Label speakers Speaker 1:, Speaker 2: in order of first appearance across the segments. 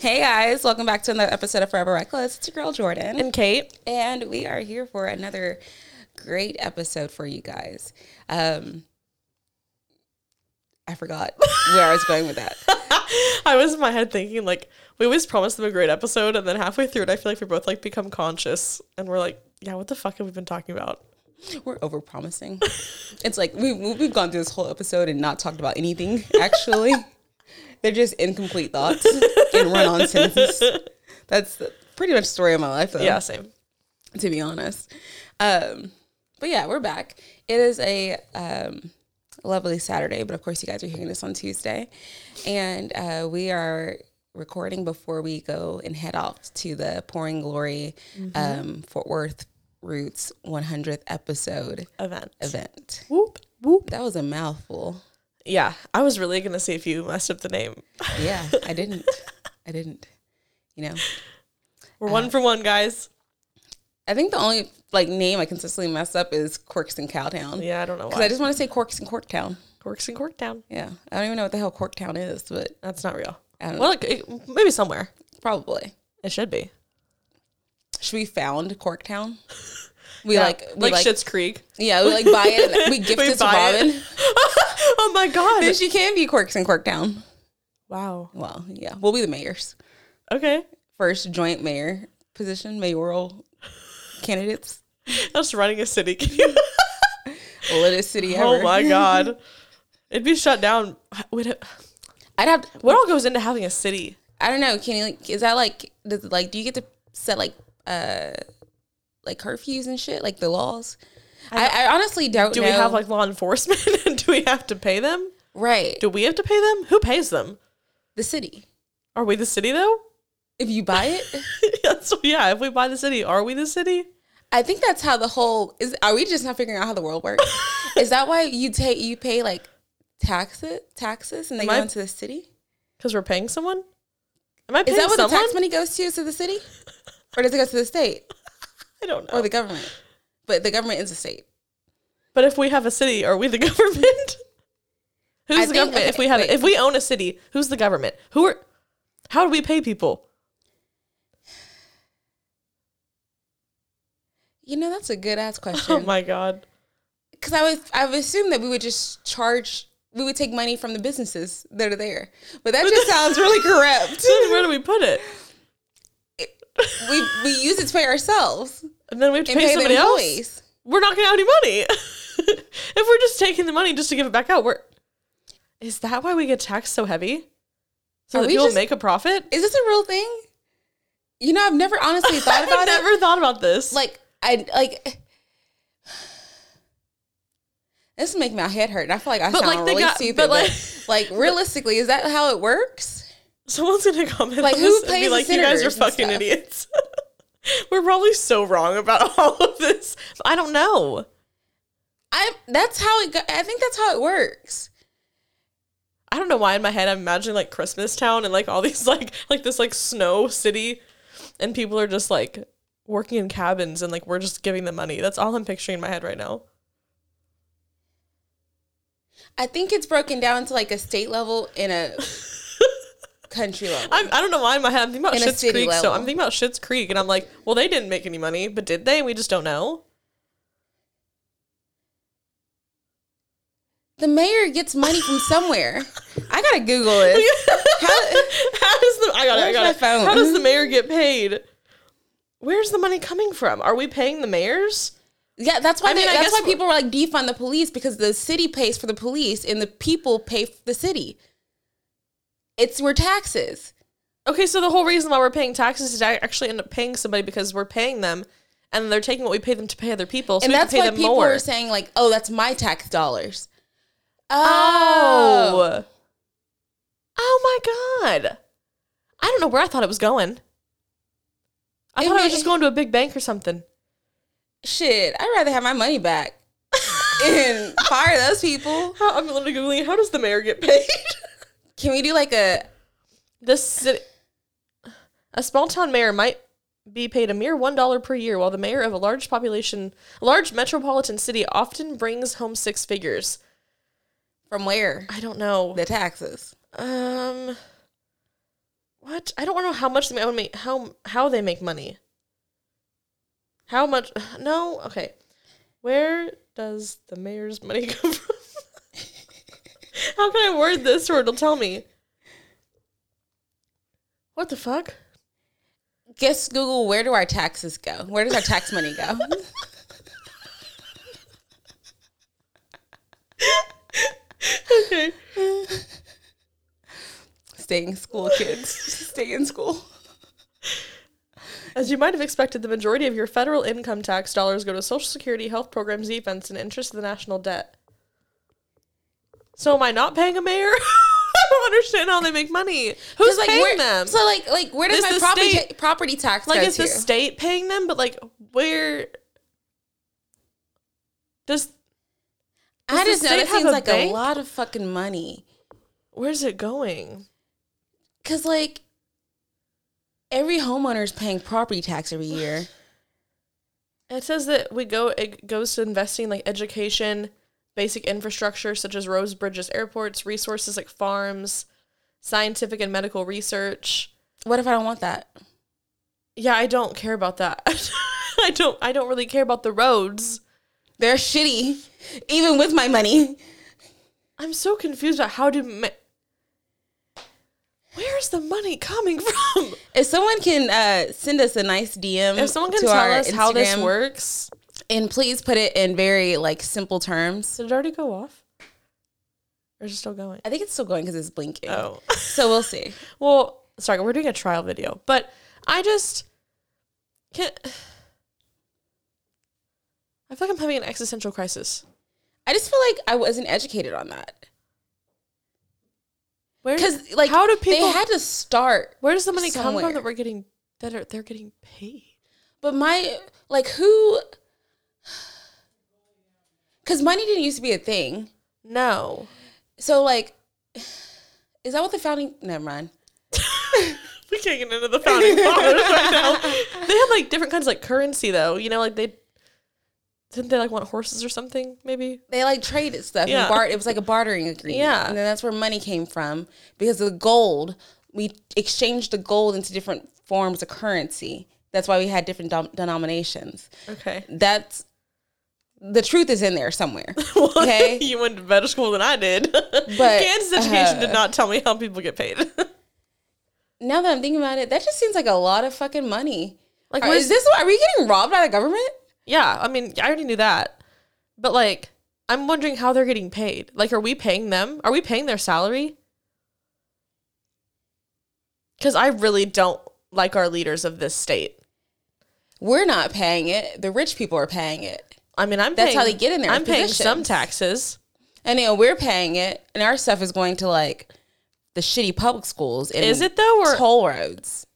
Speaker 1: Hey guys, welcome back to another episode of Forever Reckless. It's your girl Jordan,
Speaker 2: And Kate,
Speaker 1: and we are here for another great episode for you guys. Um, I forgot where I was going with that.
Speaker 2: I was in my head thinking like we always promise them a great episode, and then halfway through it, I feel like we both like become conscious, and we're like, yeah, what the fuck have we been talking about?
Speaker 1: We're over promising. It's like we, we've gone through this whole episode and not talked about anything, actually. They're just incomplete thoughts and run on sentences. That's the- pretty much the story of my life, though.
Speaker 2: Yeah, same.
Speaker 1: to be honest. Um, but yeah, we're back. It is a um, lovely Saturday, but of course, you guys are hearing this on Tuesday. And uh, we are recording before we go and head off to the Pouring Glory
Speaker 2: Mm-hmm.
Speaker 1: um, Fort Worth Roots 100th episode
Speaker 2: Event.
Speaker 1: event.
Speaker 2: Whoop whoop.
Speaker 1: That was a mouthful.
Speaker 2: Yeah, I was really gonna see if you messed up the name.
Speaker 1: Yeah, I didn't. I didn't. You know,
Speaker 2: We're
Speaker 1: Uh-huh.
Speaker 2: one for one, guys.
Speaker 1: I think the only like name I consistently mess up is Quirks and Cowtown.
Speaker 2: Yeah, I don't know
Speaker 1: Because I
Speaker 2: why.
Speaker 1: just want to say Quirks and Corktown.
Speaker 2: Corks and Corktown.
Speaker 1: Yeah, I don't even know what the hell Corktown is, but
Speaker 2: That's not real.
Speaker 1: I don't
Speaker 2: Well, it, it- maybe somewhere
Speaker 1: probably
Speaker 2: it should be.
Speaker 1: should we found Corktown? We
Speaker 2: Yeah,
Speaker 1: like we
Speaker 2: like,
Speaker 1: like,
Speaker 2: Schitt's Creek.
Speaker 1: yeah we like buy it we gift
Speaker 2: We
Speaker 1: it to
Speaker 2: buy it.
Speaker 1: Robin.
Speaker 2: Oh my
Speaker 1: Then
Speaker 2: god!
Speaker 1: she can be Quirks and Corktown.
Speaker 2: Wow.
Speaker 1: Well, yeah, we'll be the mayors
Speaker 2: Okay,
Speaker 1: first joint mayor position mayoral candidates
Speaker 2: that's running a city. Can you?
Speaker 1: litest city ever.
Speaker 2: Oh my god. It'd be shut down. Would it-
Speaker 1: I'd have to,
Speaker 2: what all goes into having a city?
Speaker 1: I don't know. Can you like is that like does like do you get to set like uh like curfews and shit like the laws? I, I, honestly don't.
Speaker 2: Do
Speaker 1: know.
Speaker 2: we have like law enforcement? And do we have to pay them?
Speaker 1: right
Speaker 2: Do we have to pay them? Who pays them?
Speaker 1: the city?
Speaker 2: Are we the city though?
Speaker 1: If you buy it,
Speaker 2: so yeah, if we buy the city, are we the city?
Speaker 1: I think that's how the whole is. Are we just not figuring out how the world works? is that why you take you pay like taxes taxes and they
Speaker 2: My-
Speaker 1: go into the city?
Speaker 2: Because we're paying someone? Am I
Speaker 1: Is
Speaker 2: paying
Speaker 1: that what
Speaker 2: someone?
Speaker 1: the tax money goes to? Is to the city, or does it go to the state
Speaker 2: I don't know.
Speaker 1: or the government? But the government is the state.
Speaker 2: but if we have a city, are we the government? who's
Speaker 1: I
Speaker 2: the
Speaker 1: think-
Speaker 2: government?
Speaker 1: okay,
Speaker 2: if we have
Speaker 1: wait.
Speaker 2: if we own a city, who's the government? Who are how do we pay people?
Speaker 1: You know that's a good ass
Speaker 2: Oh
Speaker 1: question
Speaker 2: my god.
Speaker 1: because I would I would assume that we would just charge we would take money from the businesses that are there, but that just sounds really corrupt.
Speaker 2: Then where do we put it?
Speaker 1: We we use it to pay ourselves
Speaker 2: And then we have to
Speaker 1: and
Speaker 2: pay,
Speaker 1: pay, the
Speaker 2: somebody else.
Speaker 1: employees.
Speaker 2: we're not gonna have any money. if we're just taking the money just to give it back out, we're is that why we get taxed so heavy? So
Speaker 1: Are
Speaker 2: that
Speaker 1: we
Speaker 2: people
Speaker 1: just-
Speaker 2: make a profit?
Speaker 1: Is this a real thing? You know, I've never honestly thought
Speaker 2: I've
Speaker 1: about it.
Speaker 2: never thought about this.
Speaker 1: Like, I like. This is making my head hurt, and I feel like I
Speaker 2: But, like,
Speaker 1: sound
Speaker 2: they
Speaker 1: really
Speaker 2: got-
Speaker 1: stupid.
Speaker 2: but,
Speaker 1: But like, like realistically, is that how it works?
Speaker 2: someone's gonna comment
Speaker 1: Like,
Speaker 2: on
Speaker 1: who
Speaker 2: this and
Speaker 1: pays
Speaker 2: be
Speaker 1: the
Speaker 2: like, "You guys are
Speaker 1: senators and
Speaker 2: fucking
Speaker 1: stuff?"
Speaker 2: idiots." we're probably so wrong about all of this. I don't know.
Speaker 1: I that's how it. Go, I think that's how it works.
Speaker 2: I don't know why in my head I'm imagining like Christmas Town and like all these like like this like snow city, and people are just like working in cabins and like we're just giving them money. That's all I'm picturing in my head right now.
Speaker 1: I think it's broken down to like a state level and a country level.
Speaker 2: I'm, I don't know why in my head I'm thinking about
Speaker 1: In a
Speaker 2: Schitt's
Speaker 1: city
Speaker 2: Creek. So
Speaker 1: level.
Speaker 2: I'm thinking about Schitt's Creek, and I'm like, well, they didn't make any money, but did they? We just don't know.
Speaker 1: the mayor gets money from somewhere. I gotta Google it. How-
Speaker 2: How does the I got it? I
Speaker 1: Where's
Speaker 2: got
Speaker 1: my
Speaker 2: it.
Speaker 1: phone?
Speaker 2: How does the mayor get paid? Where's the money coming from? Are we paying the mayors?
Speaker 1: Yeah, that's why.
Speaker 2: I mean,
Speaker 1: they,
Speaker 2: I
Speaker 1: that's
Speaker 2: guess
Speaker 1: why
Speaker 2: we're-
Speaker 1: people were like defund the police because the city pays for the police and the people pay for the city. It's we're taxes.
Speaker 2: Okay, so the whole reason why we're paying taxes is to actually end up paying somebody because we're paying them, and they're taking what we pay them to pay other people. So
Speaker 1: and
Speaker 2: we
Speaker 1: that's
Speaker 2: have to pay
Speaker 1: why
Speaker 2: them
Speaker 1: people
Speaker 2: more.
Speaker 1: are saying like, "Oh, that's my tax dollars." Oh,
Speaker 2: oh, oh my god! I don't know where I thought it was going. I
Speaker 1: It
Speaker 2: thought I
Speaker 1: may-
Speaker 2: was just going to a big bank or something.
Speaker 1: shit! I'd rather have my money back and fire those people.
Speaker 2: How, I'm literally googling. How does the mayor get paid?
Speaker 1: Can we do like a?
Speaker 2: this city, a small town mayor might be paid a mere one dollar per year, while the mayor of a large population, large metropolitan city, often brings home six figures.
Speaker 1: From where
Speaker 2: I don't know.
Speaker 1: the taxes?
Speaker 2: Um, What? I don't know how much they make, how how they make money. How much? No. Okay. Where does the mayor's money come from? how can I word this or it'll tell me? What the fuck?
Speaker 1: Guess Google, where do our taxes go? Where does our tax money go?
Speaker 2: Okay.
Speaker 1: Stay in school, kids. Stay in school.
Speaker 2: As you might have expected, the majority of your federal income tax dollars go to Social Security, health programs, defense, and interest of the national debt. So am I not paying a mayor? I don't understand how they make money. Who's
Speaker 1: 'Cause, like,
Speaker 2: paying
Speaker 1: where,
Speaker 2: them?
Speaker 1: So like, like where does
Speaker 2: Does
Speaker 1: my
Speaker 2: the
Speaker 1: property
Speaker 2: state-
Speaker 1: ta- property tax
Speaker 2: like,
Speaker 1: go
Speaker 2: is the
Speaker 1: to?
Speaker 2: state paying them? But like, where does
Speaker 1: I
Speaker 2: does the
Speaker 1: just know
Speaker 2: state
Speaker 1: it
Speaker 2: have
Speaker 1: seems
Speaker 2: a
Speaker 1: like a
Speaker 2: bank?
Speaker 1: lot of fucking money.
Speaker 2: where's it going?
Speaker 1: Cause like every homeowner is paying property tax every year.
Speaker 2: It says that we go it goes to investing like education, basic infrastructure such as roads, bridges, airports, resources like farms, scientific and medical research.
Speaker 1: What if I don't want that?
Speaker 2: Yeah, I don't care about that. I don't I don't really care about the roads.
Speaker 1: They're shitty, even with my money.
Speaker 2: I'm so confused about how do ma- Where's the money coming from?
Speaker 1: If someone can uh, send us a nice DM,
Speaker 2: If someone can
Speaker 1: to
Speaker 2: tell
Speaker 1: our
Speaker 2: us how this
Speaker 1: Instagram,
Speaker 2: works,
Speaker 1: and please put it in very like simple terms.
Speaker 2: did it already go off? Or is it still going?
Speaker 1: I think it's still going because it's blinking.
Speaker 2: Oh.
Speaker 1: So we'll see.
Speaker 2: Well, sorry, we're doing a trial video, but I just can't. I feel like I'm having an existential crisis.
Speaker 1: I just feel like I wasn't educated on that
Speaker 2: Where,
Speaker 1: because like
Speaker 2: how do people?
Speaker 1: they had to start.
Speaker 2: where does the money come
Speaker 1: somewhere.
Speaker 2: from that we're getting that are they're getting paid?
Speaker 1: But my like who? Because money didn't used to be a thing.
Speaker 2: No,
Speaker 1: So like, is that what the founding? Never mind.
Speaker 2: we can't get into the founding fathers right now. They had like different kinds of like currency though. You know, like they didn't they like want horses or something? Maybe
Speaker 1: They like traded stuff.
Speaker 2: Yeah.
Speaker 1: And bar- it was like a bartering agreement.
Speaker 2: Yeah.
Speaker 1: And then that's where money came from because of the gold. We exchanged the gold into different forms of currency. That's why we had different dom- denominations.
Speaker 2: okay.
Speaker 1: That's the truth is in there somewhere. Okay.
Speaker 2: you went to better school than I did.
Speaker 1: But,
Speaker 2: Kansas education did not tell me how people get paid.
Speaker 1: now that I'm thinking about it, that just seems like a lot of fucking money.
Speaker 2: like,
Speaker 1: Are- is this are we getting robbed by the government?
Speaker 2: Yeah, I mean, I already knew that. But like, I'm wondering how they're getting paid. Like, are we paying them? Are we paying their salary? Because I really don't like our leaders of this state.
Speaker 1: We're not paying it. The rich people are paying it.
Speaker 2: I mean, I'm
Speaker 1: That's
Speaker 2: paying,
Speaker 1: how they get in their
Speaker 2: I'm paying
Speaker 1: positions.
Speaker 2: some taxes.
Speaker 1: And you know, we're paying it and our stuff is going to like the shitty public schools and
Speaker 2: Is it though? Or
Speaker 1: toll roads.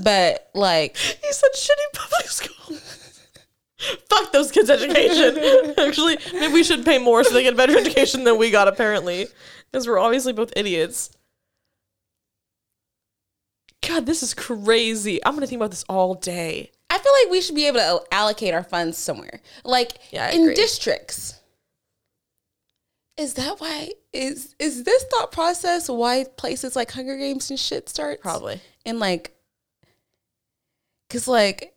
Speaker 1: But like,
Speaker 2: you said shitty public school. Fuck those kids' education. Actually, maybe we should pay more so they get a better education than we got. Apparently, because we're obviously both idiots. God, this is crazy. I'm gonna think about this all day.
Speaker 1: I feel like we should be able to allocate our funds somewhere, like
Speaker 2: Yeah, I
Speaker 1: in
Speaker 2: agree.
Speaker 1: districts. Is that why is is this thought process why places like Hunger Games and shit starts?
Speaker 2: Probably.
Speaker 1: and like, cause like,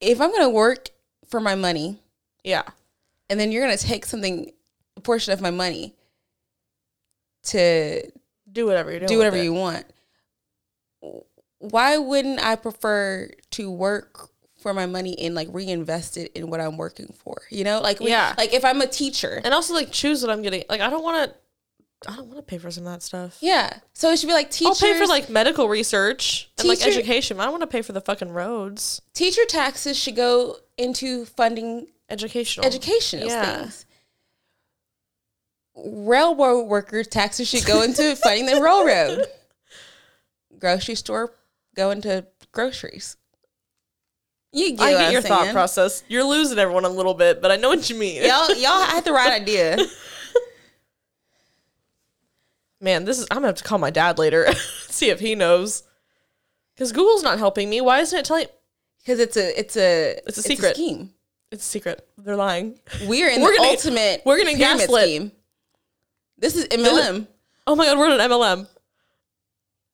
Speaker 1: if I'm gonna work for my money,
Speaker 2: Yeah.
Speaker 1: and then you're gonna take something, a portion of my money, to
Speaker 2: Do whatever you're doing.
Speaker 1: do whatever you want. Why wouldn't I prefer to work for my money and like reinvest it in what I'm working for? You know, like we-
Speaker 2: Yeah.
Speaker 1: like if I'm a teacher,
Speaker 2: And also, like, choose what I'm getting. Like, I don't want to. I don't want to pay for some of that stuff.
Speaker 1: yeah. So it should be like
Speaker 2: I'll
Speaker 1: teachers.
Speaker 2: pay for like medical research and like
Speaker 1: Teacher-
Speaker 2: education. but I don't want to pay for the fucking roads.
Speaker 1: teacher taxes should go into funding
Speaker 2: Educational.
Speaker 1: educational
Speaker 2: Oh, Yeah.
Speaker 1: things. Railroad worker taxes should go into funding the railroad. Grocery store go into groceries. You get,
Speaker 2: I
Speaker 1: what
Speaker 2: get
Speaker 1: I'm
Speaker 2: your thought
Speaker 1: saying.
Speaker 2: process. You're losing everyone a little bit, but I know what you mean.
Speaker 1: y'all y'all had the right idea.
Speaker 2: Man, this is. I'm gonna have to call my dad later, see if he knows. Because Google's not helping me. Why isn't it telling?
Speaker 1: Because it's a it's a
Speaker 2: It's a secret.
Speaker 1: scheme.
Speaker 2: It's secret. They're lying.
Speaker 1: We're in
Speaker 2: We're
Speaker 1: the
Speaker 2: gonna-
Speaker 1: ultimate
Speaker 2: we're gonna
Speaker 1: pyramid
Speaker 2: gaslit.
Speaker 1: scheme. This is MLM.
Speaker 2: Oh my god, we're on an MLM.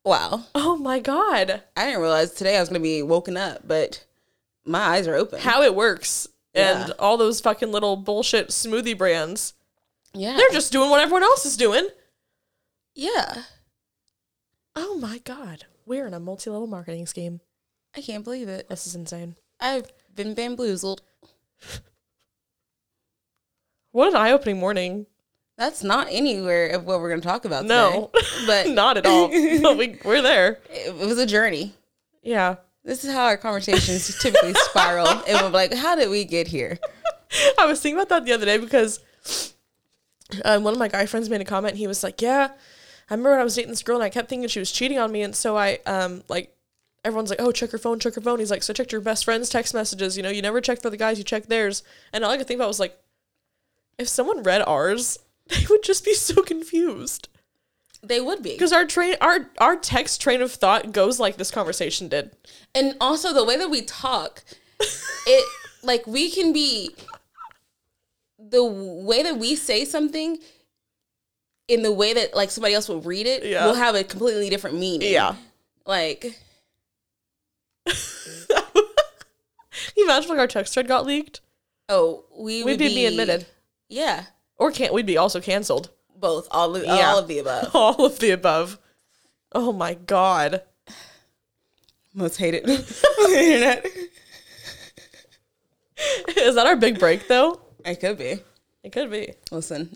Speaker 1: Wow.
Speaker 2: Oh my god.
Speaker 1: I didn't realize today I was going to be woken up, but my eyes are open.
Speaker 2: How it works. And
Speaker 1: Yeah.
Speaker 2: all those fucking little bullshit smoothie brands.
Speaker 1: Yeah.
Speaker 2: They're just doing what everyone else is doing.
Speaker 1: yeah.
Speaker 2: Oh my god. We're in a multi level marketing scheme.
Speaker 1: I can't believe it.
Speaker 2: This is insane.
Speaker 1: I've been bamboozled.
Speaker 2: What an eye opening morning.
Speaker 1: That's not anywhere of what we're going to talk about
Speaker 2: No.
Speaker 1: today. But
Speaker 2: Not at all. but we, we're there.
Speaker 1: it was a journey.
Speaker 2: Yeah.
Speaker 1: This is how our conversations typically spiral. And we're like, how did we get here?
Speaker 2: I was thinking about that the other day because um, one of my guy friends made a comment. He was like, "Yeah, I remember when I was dating this girl and I kept thinking she was cheating on me, and so I um like." Everyone's like, oh, check her phone, check her phone. He's like, so check your best friend's text messages. You know, you never check for the guys, you check theirs. And all I could think about was like, if someone read ours, they would just be so confused.
Speaker 1: They would be.
Speaker 2: Because our train, our our text train of thought goes like this conversation did.
Speaker 1: And also the way that we talk, it like we can be the way that we say something in the way that like somebody else will read it
Speaker 2: Yeah.
Speaker 1: will have a completely different meaning.
Speaker 2: Yeah.
Speaker 1: Like
Speaker 2: Can you imagine if, like our text thread got leaked?
Speaker 1: oh, we
Speaker 2: We'd
Speaker 1: would
Speaker 2: be, be admitted.
Speaker 1: Yeah.
Speaker 2: Or can't we'd be also canceled.
Speaker 1: Both all of
Speaker 2: Yeah.
Speaker 1: all of the above.
Speaker 2: all of the above. Oh my god.
Speaker 1: Most hated on the internet.
Speaker 2: Is that our big break though?
Speaker 1: I could be.
Speaker 2: It could be.
Speaker 1: Listen,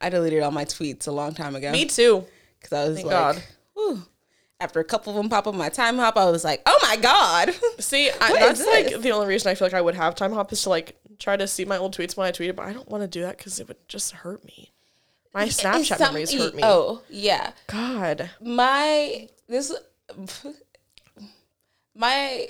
Speaker 1: I deleted all my tweets a long time ago.
Speaker 2: Me too.
Speaker 1: Because I was
Speaker 2: Thank
Speaker 1: like,
Speaker 2: God.
Speaker 1: whew. after a couple of them pop up in my time hop, I was like, oh my God.
Speaker 2: See, I,
Speaker 1: What
Speaker 2: that's
Speaker 1: is
Speaker 2: like
Speaker 1: this?
Speaker 2: the only reason I feel like I would have time hop is to like try to see my old tweets when I tweeted, but I don't want to do that because it would just hurt me. My
Speaker 1: It's
Speaker 2: Snapchat
Speaker 1: some-
Speaker 2: memories hurt me. Oh
Speaker 1: Oh, yeah.
Speaker 2: God.
Speaker 1: My, this, my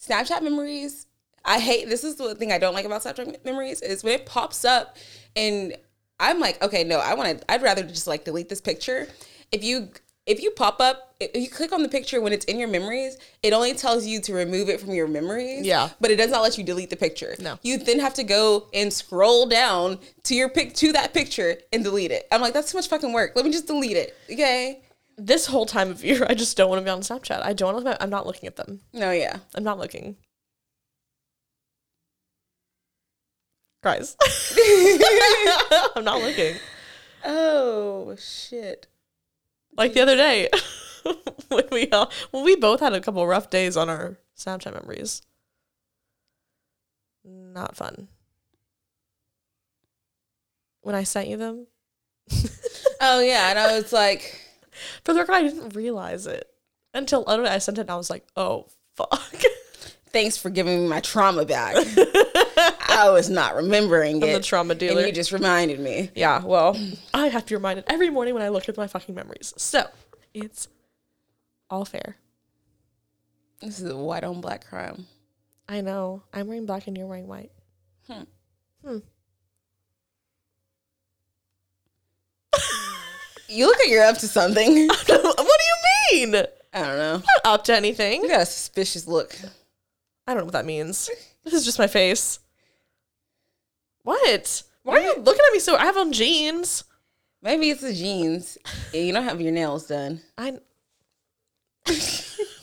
Speaker 1: Snapchat memories, I hate, this is the thing I don't like about Snapchat memories is when it pops up and I'm like, okay, no, I want to, I'd rather just like delete this picture. If you, if you pop up, if you click on the picture when it's in your memories, it only tells you to remove it from your memories.
Speaker 2: Yeah.
Speaker 1: but it does not let you delete the picture.
Speaker 2: No.
Speaker 1: You then have to go and scroll down to your pic to that picture and delete it. I'm like, that's too much fucking work. Let me just delete it. Okay.
Speaker 2: This whole time of year, I just don't want to be on Snapchat. I don't want to. I'm not looking at them.
Speaker 1: No, Oh, yeah.
Speaker 2: I'm not looking. Guys, I'm not looking.
Speaker 1: Oh shit.
Speaker 2: like the other day when we all, well, we both had a couple rough days on our Snapchat memories. Not fun. When I sent you them,
Speaker 1: Oh yeah, and I was like,
Speaker 2: for the record, I didn't realize it until literally I sent it, and I was like, "Oh fuck!"
Speaker 1: thanks for giving me my trauma back. I was not remembering
Speaker 2: I'm the
Speaker 1: it.
Speaker 2: trauma
Speaker 1: and
Speaker 2: dealer.
Speaker 1: you just reminded me.
Speaker 2: yeah, well, I have to be reminded every morning when I look at my fucking memories. So it's all fair.
Speaker 1: This is a white on black crime.
Speaker 2: I know. I'm wearing black and you're wearing white.
Speaker 1: Hmm.
Speaker 2: Hmm.
Speaker 1: You look like you're up to something.
Speaker 2: what do you mean? Not
Speaker 1: I don't know.
Speaker 2: up to
Speaker 1: You
Speaker 2: anything.
Speaker 1: got a suspicious look.
Speaker 2: I don't know what that means. This is just my face. What? Why are you looking at me so? I have on jeans.
Speaker 1: Maybe it's the jeans. and You don't have your nails done.
Speaker 2: I.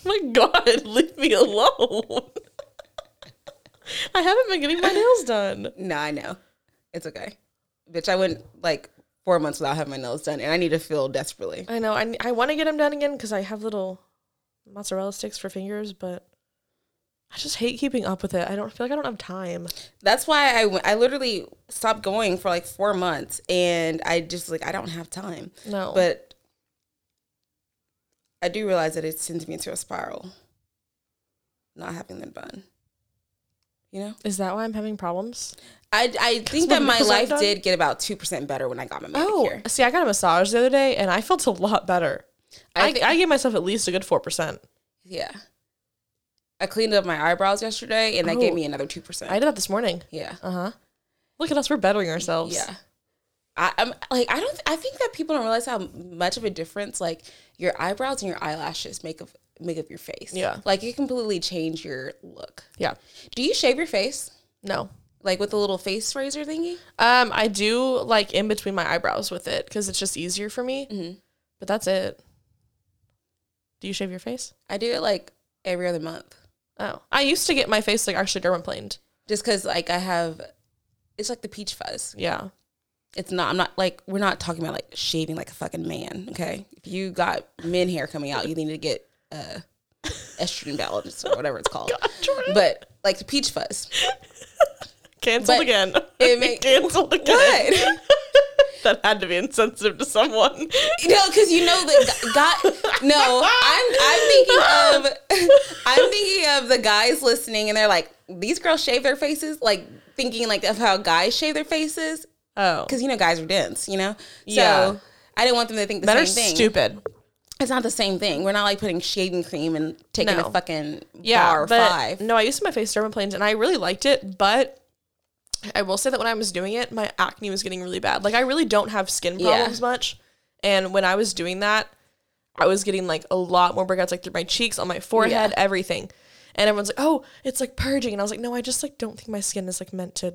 Speaker 2: my God, leave me alone. I haven't been getting my nails done.
Speaker 1: No, I know. It's okay. Bitch, I went like four months without having my nails done and I need to feel desperately.
Speaker 2: I know. I I want to get them done again because I have little mozzarella sticks for fingers, but I just hate keeping up with it. I don't feel like I don't have time.
Speaker 1: That's why I went, I literally stopped going for like four months and I just like, I don't have time.
Speaker 2: No,
Speaker 1: But I do realize that it sends me into a spiral not having them done. You know?
Speaker 2: is that why I'm having problems?
Speaker 1: I, I think that
Speaker 2: my
Speaker 1: my
Speaker 2: nails aren't
Speaker 1: life
Speaker 2: done?
Speaker 1: did get about 2% better when I got my
Speaker 2: Oh,
Speaker 1: manicure.
Speaker 2: see, I got a massage the other day, and I felt a lot better. I,
Speaker 1: I
Speaker 2: I,
Speaker 1: thi-
Speaker 2: gave myself at least a good four percent.
Speaker 1: Yeah. I cleaned up my eyebrows yesterday and that
Speaker 2: Oh.
Speaker 1: gave me another 2%.
Speaker 2: I did that this morning.
Speaker 1: yeah.
Speaker 2: Uh huh. Look at us, we're bettering ourselves.
Speaker 1: Yeah. I, I'm like I don't I think that people don't realize how much of a difference like your eyebrows and your eyelashes make of make of your face.
Speaker 2: Yeah.
Speaker 1: Like it completely change your look.
Speaker 2: yeah.
Speaker 1: Do you shave your face?
Speaker 2: No.
Speaker 1: Like with the little face razor thingy?
Speaker 2: Um, I do like Mm-hmm. in between my eyebrows with it because it's just easier for me. But that's it. Do you shave your face?
Speaker 1: I do it like every other month,
Speaker 2: Oh, I used to get my face like actually dermaplaned.
Speaker 1: just because like I have, it's like the peach fuzz.
Speaker 2: Yeah,
Speaker 1: It's not. I'm not like we're not talking about like shaving like a fucking man. Okay, if you got men hair coming out, you need to get uh, estrogen balance or whatever it's called. but like the peach fuzz,
Speaker 2: canceled
Speaker 1: But
Speaker 2: again.
Speaker 1: it make-
Speaker 2: canceled again.
Speaker 1: what?
Speaker 2: that had to be insensitive to someone.
Speaker 1: No, because you know the guy. No, I'm I'm thinking of I'm thinking of the guys listening, and they're like, these girls shave their faces, like thinking like of how guys shave their faces,
Speaker 2: Oh,
Speaker 1: because you know guys are dense, you know. So
Speaker 2: Yeah.
Speaker 1: I didn't want them to think the
Speaker 2: men are
Speaker 1: same thing.
Speaker 2: stupid.
Speaker 1: It's not the same thing. We're not like putting shaving cream and taking
Speaker 2: No.
Speaker 1: a fucking
Speaker 2: Yeah,
Speaker 1: bar
Speaker 2: but
Speaker 1: five.
Speaker 2: no, I used my face dermaplanes and I really liked it, but. I will say that when I was doing it, my acne was getting really bad. Like I really don't have skin
Speaker 1: Yeah.
Speaker 2: problems much, and when I was doing that, I was getting like a lot more breakouts, like through my cheeks, on my forehead, everything. And everyone's like, "Oh, it's like purging," and I was like, "No, I just like don't think my skin is like meant to